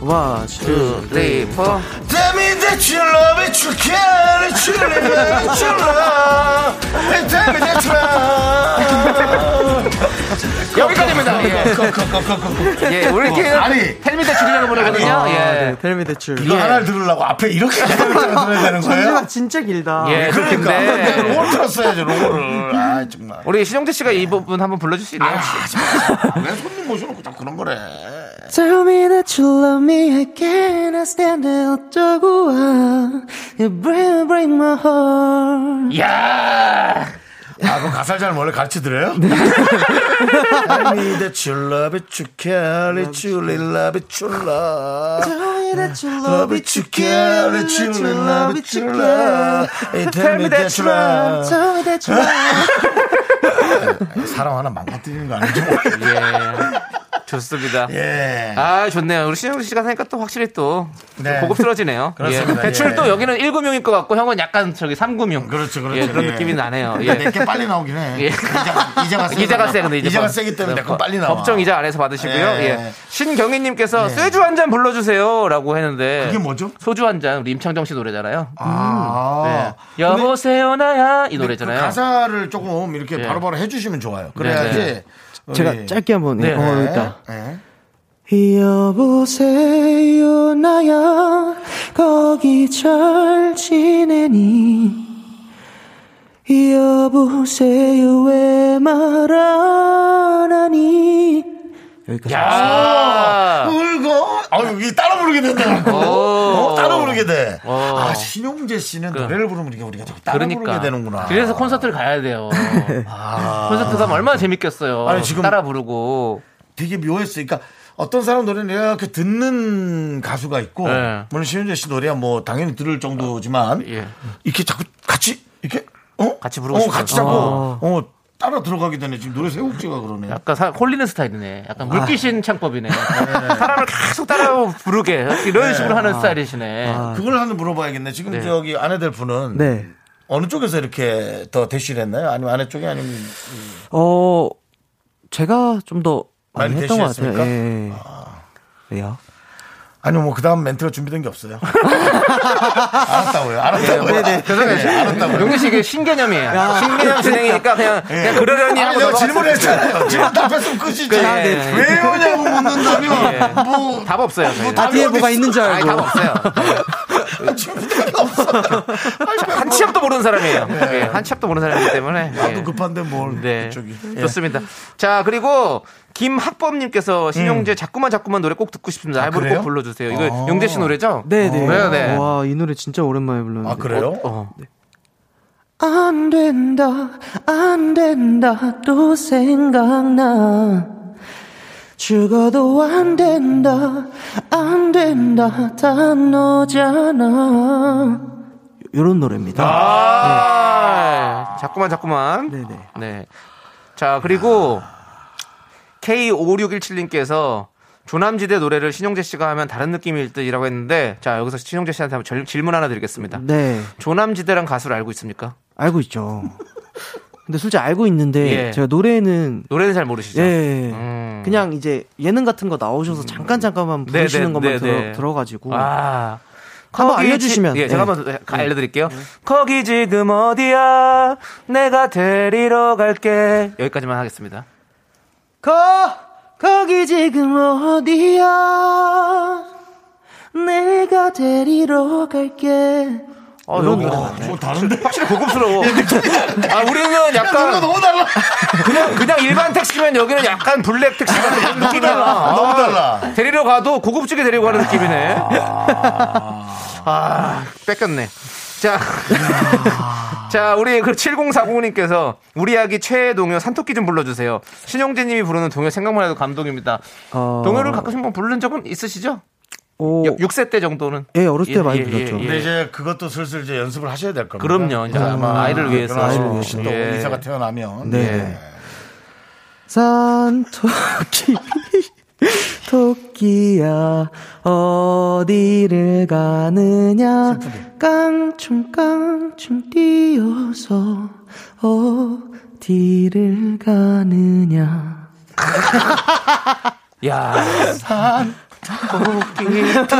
Speaker 6: 와,
Speaker 2: Two, three, four.
Speaker 1: Tell me that you love it, you care it, you live it, you love it. Tell me that you love it.
Speaker 2: 여기까지입니다.
Speaker 1: 네.
Speaker 2: 예. 예, 우리 이렇게
Speaker 1: 어, 아니.
Speaker 2: 텔미대 줄이라고 부르거든요.
Speaker 6: 아,
Speaker 2: 예.
Speaker 6: 네, 텔미 대출.
Speaker 1: 이거 하나를 들으려고 앞에 이렇게 들어야 되는 거예요?
Speaker 6: 소리가 진짜 길다.
Speaker 2: 예,
Speaker 1: 그러니까
Speaker 2: 근데
Speaker 1: 로고를 틀었어야지 로고를. 아 정말.
Speaker 2: 우리 신영재 씨가 이 부분 한번 불러줄 수
Speaker 1: 아,
Speaker 2: 있나요?
Speaker 1: 왜 손님 모셔놓고 자꾸 그런 거래?
Speaker 7: Tell me that you love me again. I stand there 어쩌고 와. You break, break my heart.
Speaker 1: 야. 아, 그럼 가사를 잘 원래 가르쳐 드려요? Tell me that you love it, you care it, you love it, you love.
Speaker 7: Tell me that you
Speaker 1: 아, Love
Speaker 7: love
Speaker 1: it,
Speaker 7: it
Speaker 1: you care
Speaker 7: again.
Speaker 1: it, you
Speaker 7: Love it, you
Speaker 1: love
Speaker 7: love it
Speaker 1: it, you love. Hey, tell me that you love.
Speaker 7: Tell me that you love.
Speaker 1: 사람 하나 망가뜨리는 거 아니죠?
Speaker 2: 예. 좋습니다.
Speaker 1: 예.
Speaker 2: 아 좋네요. 우리 신영재 씨가 하니까 또 확실히 또좀
Speaker 1: 네.
Speaker 2: 고급스러지네요.
Speaker 1: 그렇습니다.
Speaker 2: 예. 대출
Speaker 1: 예.
Speaker 2: 또 여기는 1금융일 것 같고 형은 약간 저기 3금융.
Speaker 1: 그렇죠, 그렇죠.
Speaker 2: 예, 그런
Speaker 1: 예.
Speaker 2: 느낌이 나네요. 예.
Speaker 1: 내게 빨리 나오긴 해.
Speaker 2: 예.
Speaker 1: 이자가, 이자가 세요.
Speaker 2: 이자가 세 근데 이제
Speaker 1: 이자가
Speaker 2: 법-
Speaker 1: 세기 때문에
Speaker 2: 네,
Speaker 1: 내건 빨리 나와.
Speaker 2: 법정 이자 안에서 받으시고요.
Speaker 1: 예.
Speaker 2: 예. 신경희님께서 쇠주 한 잔 불러주세요라고 했는데
Speaker 1: 그게 뭐죠?
Speaker 2: 소주 한 잔 우리 임창정 씨 노래잖아요.
Speaker 1: 아.
Speaker 2: 네. 여보세요 나야 이 노래잖아요.
Speaker 1: 그 가사를 조금 이렇게
Speaker 2: 예.
Speaker 1: 바로바로 해주시면 좋아요. 그래야지.
Speaker 2: 네,
Speaker 1: 우리-
Speaker 6: 제가 짧게 한 번. 네. 어,
Speaker 1: 네.
Speaker 6: 일단.
Speaker 1: 네.
Speaker 7: 여보세요 나야 거기 잘 지내니 여보세요 왜 말 안하니
Speaker 6: 여기까지.
Speaker 2: 야.
Speaker 1: 울고 아유 이게 따라 부르게 된다. 어, 따라 부르게 돼.
Speaker 2: 오. 그
Speaker 1: 아 신용재 씨는 노래를 부르면 이게 우리가 자꾸 따라
Speaker 2: 그러니까
Speaker 1: 아, 부르게 되는구나.
Speaker 2: 그래서 콘서트를 가야 돼요.
Speaker 1: 아.
Speaker 2: 콘서트 가면 얼마나 재밌겠어요.
Speaker 1: 아니, 지금-
Speaker 2: 따라 부르고
Speaker 1: 되게 묘했어요. 그러니까 어떤 사람 노래는 이렇게 듣는 가수가 있고
Speaker 2: 네.
Speaker 1: 물론 신현재 씨 노래야 뭐 당연히 들을 정도지만
Speaker 2: 예.
Speaker 1: 이렇게 자꾸 같이 이렇게 어
Speaker 2: 같이 부르고
Speaker 1: 어,
Speaker 2: 싶어서. 아.
Speaker 1: 같이 자꾸
Speaker 6: 어.
Speaker 1: 어 따라 들어가게 되네 지금 노래 세곡지가 그러네.
Speaker 2: 약간 사, 홀리는 스타일이네. 약간
Speaker 1: 아.
Speaker 2: 물귀신 창법이네. 사람을 계속 따라 부르게 이런
Speaker 1: 네.
Speaker 2: 식으로
Speaker 1: 아.
Speaker 2: 하는 스타일이시네.
Speaker 1: 그걸 하나 물어봐야겠네. 지금
Speaker 2: 네.
Speaker 1: 저기 아내 될 분은
Speaker 6: 네.
Speaker 1: 어느 쪽에서 이렇게 더 대시를 했나요? 아니면 아내 쪽이 아니면
Speaker 6: 어, 제가 좀 더
Speaker 1: 많이
Speaker 6: 했던 것
Speaker 1: 대시했습니까?
Speaker 6: 같아요. 예. 왜요?
Speaker 1: 아니요, 뭐, 그 다음 멘트가 준비된 게 없어요. 알았다고요, 알았다고요.
Speaker 2: 네, 죄송해요. 용기 씨 이게 신개념이에요. 신개념 진행이니까 그냥 그냥 그러려니
Speaker 1: 예. 아니,
Speaker 2: 하고
Speaker 1: 내가
Speaker 2: 넘어갔어요.
Speaker 1: 질문했잖아요. 질문 답했으면 끝이지.
Speaker 2: 예, 예, 예.
Speaker 1: 왜요냐고 묻는다면,
Speaker 2: 예.
Speaker 1: 뭐,
Speaker 2: 답 아, 그 없어요. 저희는.
Speaker 1: 답이 네.
Speaker 6: 뒤에
Speaker 1: 어디
Speaker 6: 뭐가
Speaker 1: 있어?
Speaker 6: 있는 줄
Speaker 2: 아니, 답
Speaker 6: 알고.
Speaker 2: 없어요. 한치 앞도 모르는 사람이에요. 예, 한치 앞도 모르는 사람이기 때문에. 예.
Speaker 1: 네. 나도 급한데 뭘.
Speaker 2: 네.
Speaker 1: 그쪽이. 예.
Speaker 2: 좋습니다. 자, 그리고 김학범님께서
Speaker 1: 음.
Speaker 2: 신용재 자꾸만 자꾸만 노래 꼭 듣고 싶습니다. 할부로
Speaker 1: 그래요?
Speaker 2: 꼭 불러주세요. 이거
Speaker 1: 아.
Speaker 2: 용재 씨 노래죠?
Speaker 6: 네네.
Speaker 1: 어,
Speaker 2: 네, 네.
Speaker 6: 와, 이 노래 진짜 오랜만에 불렀는데.
Speaker 1: 아, 그래요?
Speaker 2: 어.
Speaker 7: 안 된다, 안 된다, 또 생각나. 죽어도 안 된다, 안 된다, 다 너잖아.
Speaker 6: 이런 노래입니다.
Speaker 2: 아, 자꾸만 자꾸만.
Speaker 6: 네네.
Speaker 2: 네. 자, 그리고 K5617님께서 조남지대 노래를 신용재 씨가 하면 다른 느낌일 듯이라고 했는데 자, 여기서 신용재 씨한테 한번 절- 질문 하나 드리겠습니다.
Speaker 6: 네.
Speaker 2: 조남지대란 가수를 알고 있습니까?
Speaker 6: 알고 있죠. 근데 솔직히 알고 있는데
Speaker 2: 예.
Speaker 6: 제가 노래는
Speaker 2: 노래는 잘 모르시죠?
Speaker 6: 예.
Speaker 2: 음.
Speaker 6: 그냥 이제 예능 같은 거 나오셔서 잠깐 잠깐만 부르시는
Speaker 2: 네네,
Speaker 6: 것만
Speaker 2: 네네.
Speaker 6: 들어, 들어가지고
Speaker 2: 아.
Speaker 6: 한번
Speaker 2: 거기
Speaker 6: 알려주시면.
Speaker 2: 지- 예,
Speaker 6: 네.
Speaker 2: 제가 한번 알려드릴게요. 거기 지금 어디야? 내가 데리러 갈게. 여기까지만 하겠습니다.
Speaker 7: 거, 거기 지금 어디야? 내가 데리러 갈게.
Speaker 2: 어, 여기 뭐 다른데? 확실히 고급스러워. 아, 우리는 약간
Speaker 1: 너무 달라.
Speaker 2: 그냥 그냥 일반 택시면 여기는 약간 블랙 택시 같은 느낌이 나.
Speaker 1: 아, 너무 달라.
Speaker 2: 데리러 가도 고급지게 데리고 가는 느낌이네. 아, 뺏겼네. 자.
Speaker 1: 음.
Speaker 2: 자, 우리 그 7040님께서 우리 아기 최애 동요 산토끼 좀 불러주세요. 신용재 님이 부르는 동요 생각만 해도 감동입니다.
Speaker 6: 어.
Speaker 2: 동요를 가끔씩 한번 부른 적은 있으시죠?
Speaker 6: 오,
Speaker 2: 6세 때 정도는?
Speaker 6: 예, 어렸을 때 많이 불렀죠.
Speaker 1: 근데 이제 그것도 슬슬 이제 연습을 하셔야 될 겁니다.
Speaker 2: 예.
Speaker 1: 네.
Speaker 2: 그럼요. 이제 아마 아이를 위해서.
Speaker 1: 아이를 위해서 또
Speaker 2: 예.
Speaker 1: 의사가 태어나면.
Speaker 6: 네.
Speaker 1: 예.
Speaker 6: 산토끼 토끼야 어디를 가느냐 깡충 깡충 뛰어서 어디를 가느냐
Speaker 2: 야,
Speaker 1: 또,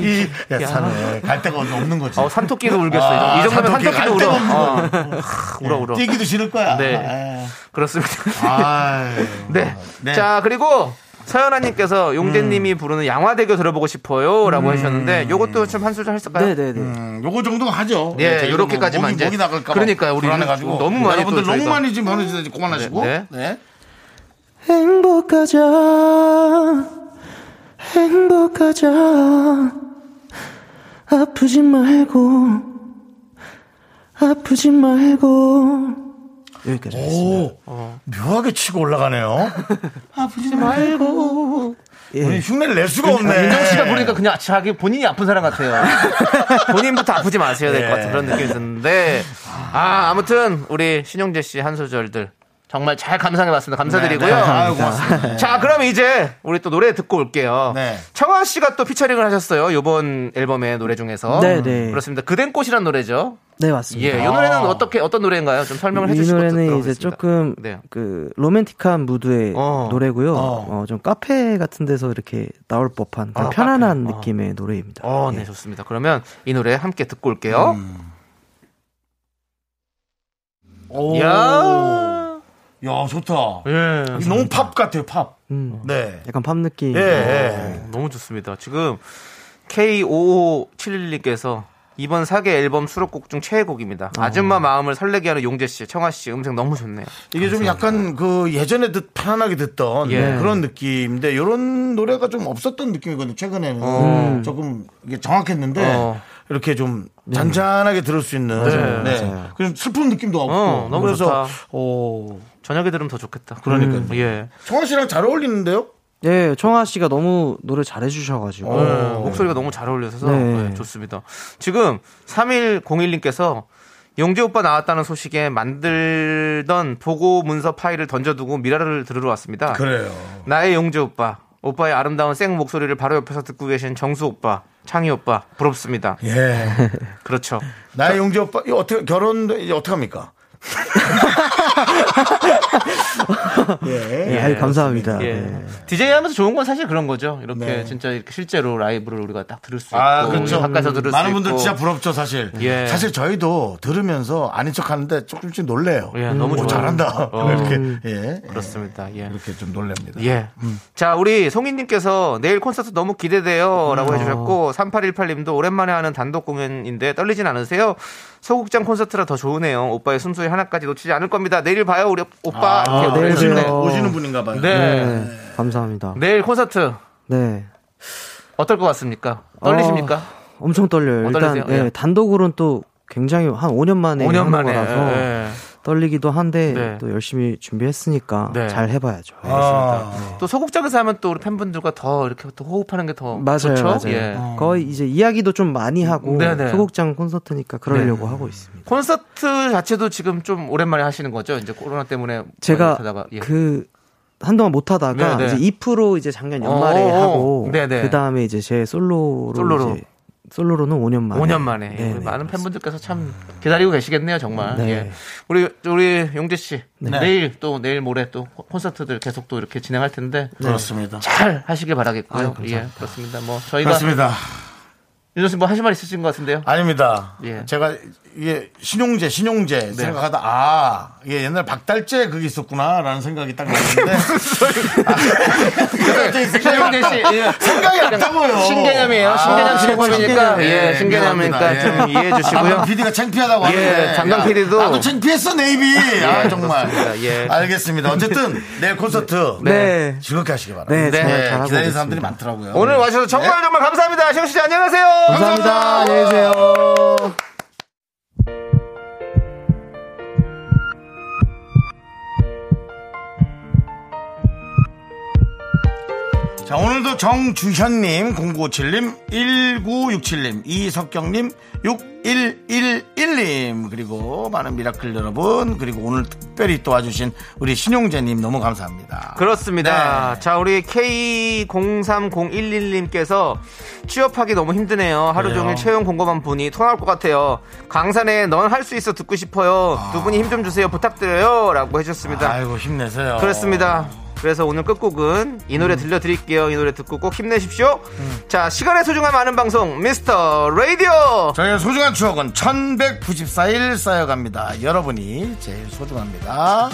Speaker 1: 이, 야, 산에 갈 데가 없는 거지.
Speaker 2: 어, 산토끼도 울겠어요. 이 정도면
Speaker 1: 아, 산토끼
Speaker 2: 산토끼도
Speaker 1: 갈 데가
Speaker 2: 울어.
Speaker 1: 없는
Speaker 2: 어. 하, 울어, 울어.
Speaker 1: 뛰기도 싫을 거야.
Speaker 2: 네. 그렇습니다.
Speaker 1: 아
Speaker 2: 네. 자, 그리고 서연아님께서 용재님이
Speaker 1: 음.
Speaker 2: 부르는 양화대교 들어보고 싶어요. 라고 하셨는데, 요것도 좀 한 수절 했을까요?
Speaker 6: 네네네
Speaker 1: 음, 요거 정도 하죠. 네,
Speaker 2: 예,
Speaker 1: 저희도 뭐
Speaker 2: 요렇게까지만
Speaker 1: 목이,
Speaker 2: 이제.
Speaker 1: 목이 나갈까 봐
Speaker 2: 그러니까요, 우리
Speaker 1: 불안해가지고
Speaker 2: 너무 많이
Speaker 1: 여러분들
Speaker 2: 또
Speaker 1: 너무
Speaker 2: 저희가-
Speaker 1: 많이 지금 하는지 그만하시고.
Speaker 2: 네,
Speaker 1: 네.
Speaker 7: 행복하자, 행복하자. 아프지 말고, 아프지 말고.
Speaker 6: 여기까지
Speaker 1: 오,
Speaker 2: 어.
Speaker 1: 묘하게 치고 올라가네요. 아프지 말고. 우리 흉내를 낼 수가 없네.
Speaker 2: 윤정 아, 씨가 보니까 그냥 자기 본인이 아픈 사람 같아요. 본인부터 아프지 마셔야 될 것
Speaker 1: 예.
Speaker 2: 같은 그런 느낌이 드는데, 아, 아무튼, 우리 신용재 씨 한 소절들. 정말 잘 감상해봤습니다. 감사드리고요.
Speaker 1: 아유, 고맙습니다.
Speaker 2: 자, 그럼 이제 우리 또 노래 듣고 올게요.
Speaker 1: 네.
Speaker 2: 청아 씨가 또 피처링을 하셨어요. 요번 앨범의 노래 중에서.
Speaker 6: 네, 네.
Speaker 2: 그렇습니다. 그댄 꽃이란 노래죠.
Speaker 6: 네 맞습니다
Speaker 2: 예, 이 노래는 어떻게 어떤 노래인가요? 좀 설명을
Speaker 6: 이
Speaker 2: 해주시고
Speaker 6: 노래는 이제 조금
Speaker 2: 네.
Speaker 6: 그 로맨틱한 무드의
Speaker 2: 어.
Speaker 6: 노래고요.
Speaker 1: 어.
Speaker 6: 어. 좀 카페 같은 데서 이렇게 나올 법한 그런
Speaker 2: 아,
Speaker 6: 편안한
Speaker 2: 카페. 어.
Speaker 6: 느낌의 노래입니다.
Speaker 2: 어,
Speaker 6: 예.
Speaker 2: 네, 좋습니다. 그러면 이 노래 함께 듣고 올게요.
Speaker 1: 오.
Speaker 2: 야,
Speaker 1: 야, 좋다.
Speaker 2: 예,
Speaker 1: 너무 팝 같아요, 팝.
Speaker 6: 음.
Speaker 2: 어.
Speaker 1: 네.
Speaker 6: 약간 팝 느낌.
Speaker 1: 예, 예.
Speaker 2: 너무 좋습니다. 지금 K5571님께서 이번 사계 앨범 수록곡 중 최애곡입니다.
Speaker 1: 어.
Speaker 2: 아줌마 마음을 설레게 하는 용재 씨, 청아 씨 음색 너무 좋네요.
Speaker 1: 이게 좀 약간 그 예전에 듣 편안하게 듣던
Speaker 2: 예.
Speaker 1: 그런 느낌인데 이런 노래가 좀 없었던 느낌이거든요. 최근에는 음, 조금 이게 정확했는데
Speaker 2: 어. 예.
Speaker 1: 이렇게 좀 잔잔하게 들을 수 있는
Speaker 2: 맞아요,
Speaker 1: 네.
Speaker 6: 맞아요.
Speaker 1: 그좀 슬픈 느낌도 없고
Speaker 2: 어, 너무
Speaker 1: 그래서
Speaker 2: 좋다.
Speaker 1: 어,
Speaker 2: 저녁에 들으면 더 좋겠다.
Speaker 1: 그러니까요.
Speaker 2: 음, 예.
Speaker 1: 청아 씨랑 잘 어울리는데요?
Speaker 6: 예, 청아 씨가 너무 노래 잘해주셔가지고.
Speaker 1: 어.
Speaker 2: 네, 목소리가 너무 잘 어울려서
Speaker 6: 네.
Speaker 2: 네, 좋습니다. 지금 3101님께서 용재 오빠 나왔다는 소식에 만들던 보고 문서 파일을 던져두고 미라를 들으러 왔습니다.
Speaker 1: 그래요.
Speaker 2: 나의 용재 오빠, 오빠의 아름다운 생 목소리를 바로 옆에서 듣고 계신 정수 오빠, 창희 오빠 부럽습니다.
Speaker 1: 예.
Speaker 2: 그렇죠.
Speaker 1: 나의 용재 오빠 이거 어떻게 결혼 이제 어떻게 합니까? 예.
Speaker 6: 예, 아유, 감사합니다.
Speaker 2: 예.
Speaker 6: 네.
Speaker 2: DJ 하면서 좋은 건 사실 그런 거죠. 이렇게
Speaker 1: 네.
Speaker 2: 진짜 이렇게 실제로 라이브를 우리가 딱 들을 수 있고
Speaker 1: 아, 그렇죠.
Speaker 2: 가까이서 들을 수
Speaker 1: 많은
Speaker 2: 있고.
Speaker 1: 분들 진짜 부럽죠, 사실.
Speaker 2: 예.
Speaker 1: 사실 저희도 들으면서 아닌 척 하는데 조금씩 놀래요.
Speaker 2: 예, 너무
Speaker 1: 오,
Speaker 2: 좋아요.
Speaker 1: 잘한다.
Speaker 2: 어.
Speaker 1: 이렇게. 예.
Speaker 2: 그렇습니다. 예.
Speaker 1: 이렇게 좀 놀랍니다.
Speaker 2: 예.
Speaker 6: 음.
Speaker 2: 자, 우리 송인님께서 내일 콘서트 너무 기대돼요.
Speaker 6: 음.
Speaker 2: 라고
Speaker 6: 어.
Speaker 2: 해주셨고, 3818님도 오랜만에 하는 단독 공연인데 떨리진 않으세요? 소극장 콘서트라 더 좋으네요. 오빠의 숨소리 하나까지 놓치지 않을 겁니다. 내일 봐요, 우리 오빠. 이렇게
Speaker 6: 아, 내일
Speaker 2: 보내주셨네.
Speaker 1: 아, 오시는,
Speaker 6: 봬요.
Speaker 1: 오시는 분인가 봐요.
Speaker 2: 네.
Speaker 6: 네, 감사합니다.
Speaker 2: 내일 콘서트
Speaker 6: 네.
Speaker 2: 어떨 것 같습니까? 떨리십니까?
Speaker 6: 어, 엄청 떨려요.
Speaker 2: 어,
Speaker 6: 일단
Speaker 2: 떨리세요?
Speaker 6: 예,
Speaker 2: 예.
Speaker 6: 단독으로는 또 굉장히 한 5년 만에
Speaker 2: 5년
Speaker 6: 하는
Speaker 2: 만에.
Speaker 6: 거라서
Speaker 2: 예.
Speaker 6: 떨리기도 한데
Speaker 2: 네.
Speaker 6: 또 열심히 준비했으니까
Speaker 2: 네.
Speaker 6: 잘 해봐야죠.
Speaker 1: 아,
Speaker 2: 또 소극장에서 하면 또 우리 팬분들과 더 이렇게 또 호흡하는 게 더
Speaker 6: 맞아요, 어.
Speaker 2: 좋죠.
Speaker 6: 맞아요.
Speaker 2: 예.
Speaker 6: 거의 이제 이야기도 좀 많이 하고
Speaker 2: 네, 어, 네.
Speaker 6: 소극장 콘서트니까 그러려고 하고 있습니다.
Speaker 2: 콘서트 자체도 지금 좀 오랜만에 하시는 거죠. 이제 코로나 때문에
Speaker 6: 제가
Speaker 2: 하다가 예.
Speaker 6: 그 한동안 못 하다가
Speaker 2: 네, 네.
Speaker 6: 이제 2% 이제 작년 연말에
Speaker 2: 어, 어,
Speaker 6: 하고
Speaker 2: 네, 네.
Speaker 6: 그 다음에 이제 제 솔로로,
Speaker 2: 솔로로.
Speaker 6: 이제 솔로로는 5년 만에
Speaker 2: 5년 만에
Speaker 6: 네,
Speaker 2: 우리
Speaker 6: 네,
Speaker 2: 많은
Speaker 6: 그렇습니다.
Speaker 2: 팬분들께서 참 기다리고 계시겠네요 정말
Speaker 6: 네.
Speaker 2: 예. 우리 우리 용재 씨 내일 또 내일 모레 또 콘서트들 계속 또 이렇게 진행할 텐데
Speaker 1: 그렇습니다.
Speaker 2: 잘 하시길 바라겠고요
Speaker 6: 네. 아유, 감사합니다.
Speaker 2: 예 그렇습니다 뭐 저희가
Speaker 1: 그렇습니다.
Speaker 2: 윤정 씨뭐 하실 말 있으신 것 같은데요
Speaker 1: 아닙니다.
Speaker 2: 예. 네.
Speaker 1: 제가 이게 신용제, 신용제 생각하다 아, 이게 옛날 박달재 그게 있었구나라는 생각이 딱 났는데.
Speaker 2: 용재 네. 씨 예.
Speaker 1: 네. 생각이 안 나고요. 아,
Speaker 2: 신개념이에요 신개념
Speaker 1: 신개념.
Speaker 2: 프로그램이니까
Speaker 1: 예,
Speaker 2: 예 신개념이니까
Speaker 1: 미안합니다.
Speaker 2: 좀
Speaker 1: 예.
Speaker 2: 이해해
Speaker 1: 장강
Speaker 2: 주시고요
Speaker 1: PD가 창피하다고 하는데
Speaker 2: 예, 장강
Speaker 1: 야,
Speaker 2: PD도. 예,
Speaker 1: 나도 창피했어 네이비 아 정말
Speaker 2: 그렇습니다. 예.
Speaker 1: 알겠습니다 어쨌든 내일 콘서트
Speaker 6: 네.
Speaker 1: 즐겁게 하시기 바랍니다
Speaker 6: 네, 정말
Speaker 1: 예,
Speaker 6: 잘하고
Speaker 1: 기다리는
Speaker 6: 있습니다.
Speaker 1: 사람들이 많더라고요 네.
Speaker 2: 오늘 와주셔서
Speaker 1: 예.
Speaker 2: 정말 정말 감사합니다 시영 씨 안녕하세요
Speaker 6: 감사합니다. 안녕히 계세요.
Speaker 1: 자, 오늘도 정주현님, 0957님, 1967님, 이석경님, 6111님, 그리고 많은 미라클 여러분, 그리고 오늘 특별히 또 와주신 우리 신용재님 너무 감사합니다.
Speaker 2: 그렇습니다.
Speaker 1: 네.
Speaker 2: 자, 우리 K03011님께서 취업하기 너무 힘드네요. 하루
Speaker 1: 그래요?
Speaker 2: 종일 채용 공고만 보니 토날 것 같아요. 강산에 넌 할 수 있어 듣고 싶어요. 두 분이 힘 좀 주세요. 부탁드려요. 라고 해주셨습니다.
Speaker 1: 아이고, 힘내세요.
Speaker 2: 그렇습니다. 음. 그래서 오늘 끝곡은 이 노래 들려드릴게요. 이 노래 듣고 꼭 힘내십시오. 자, 시간의 소중함 아는 방송, 미스터 라디오!
Speaker 1: 저희의 소중한 추억은 1194일 쌓여갑니다. 여러분이 제일 소중합니다.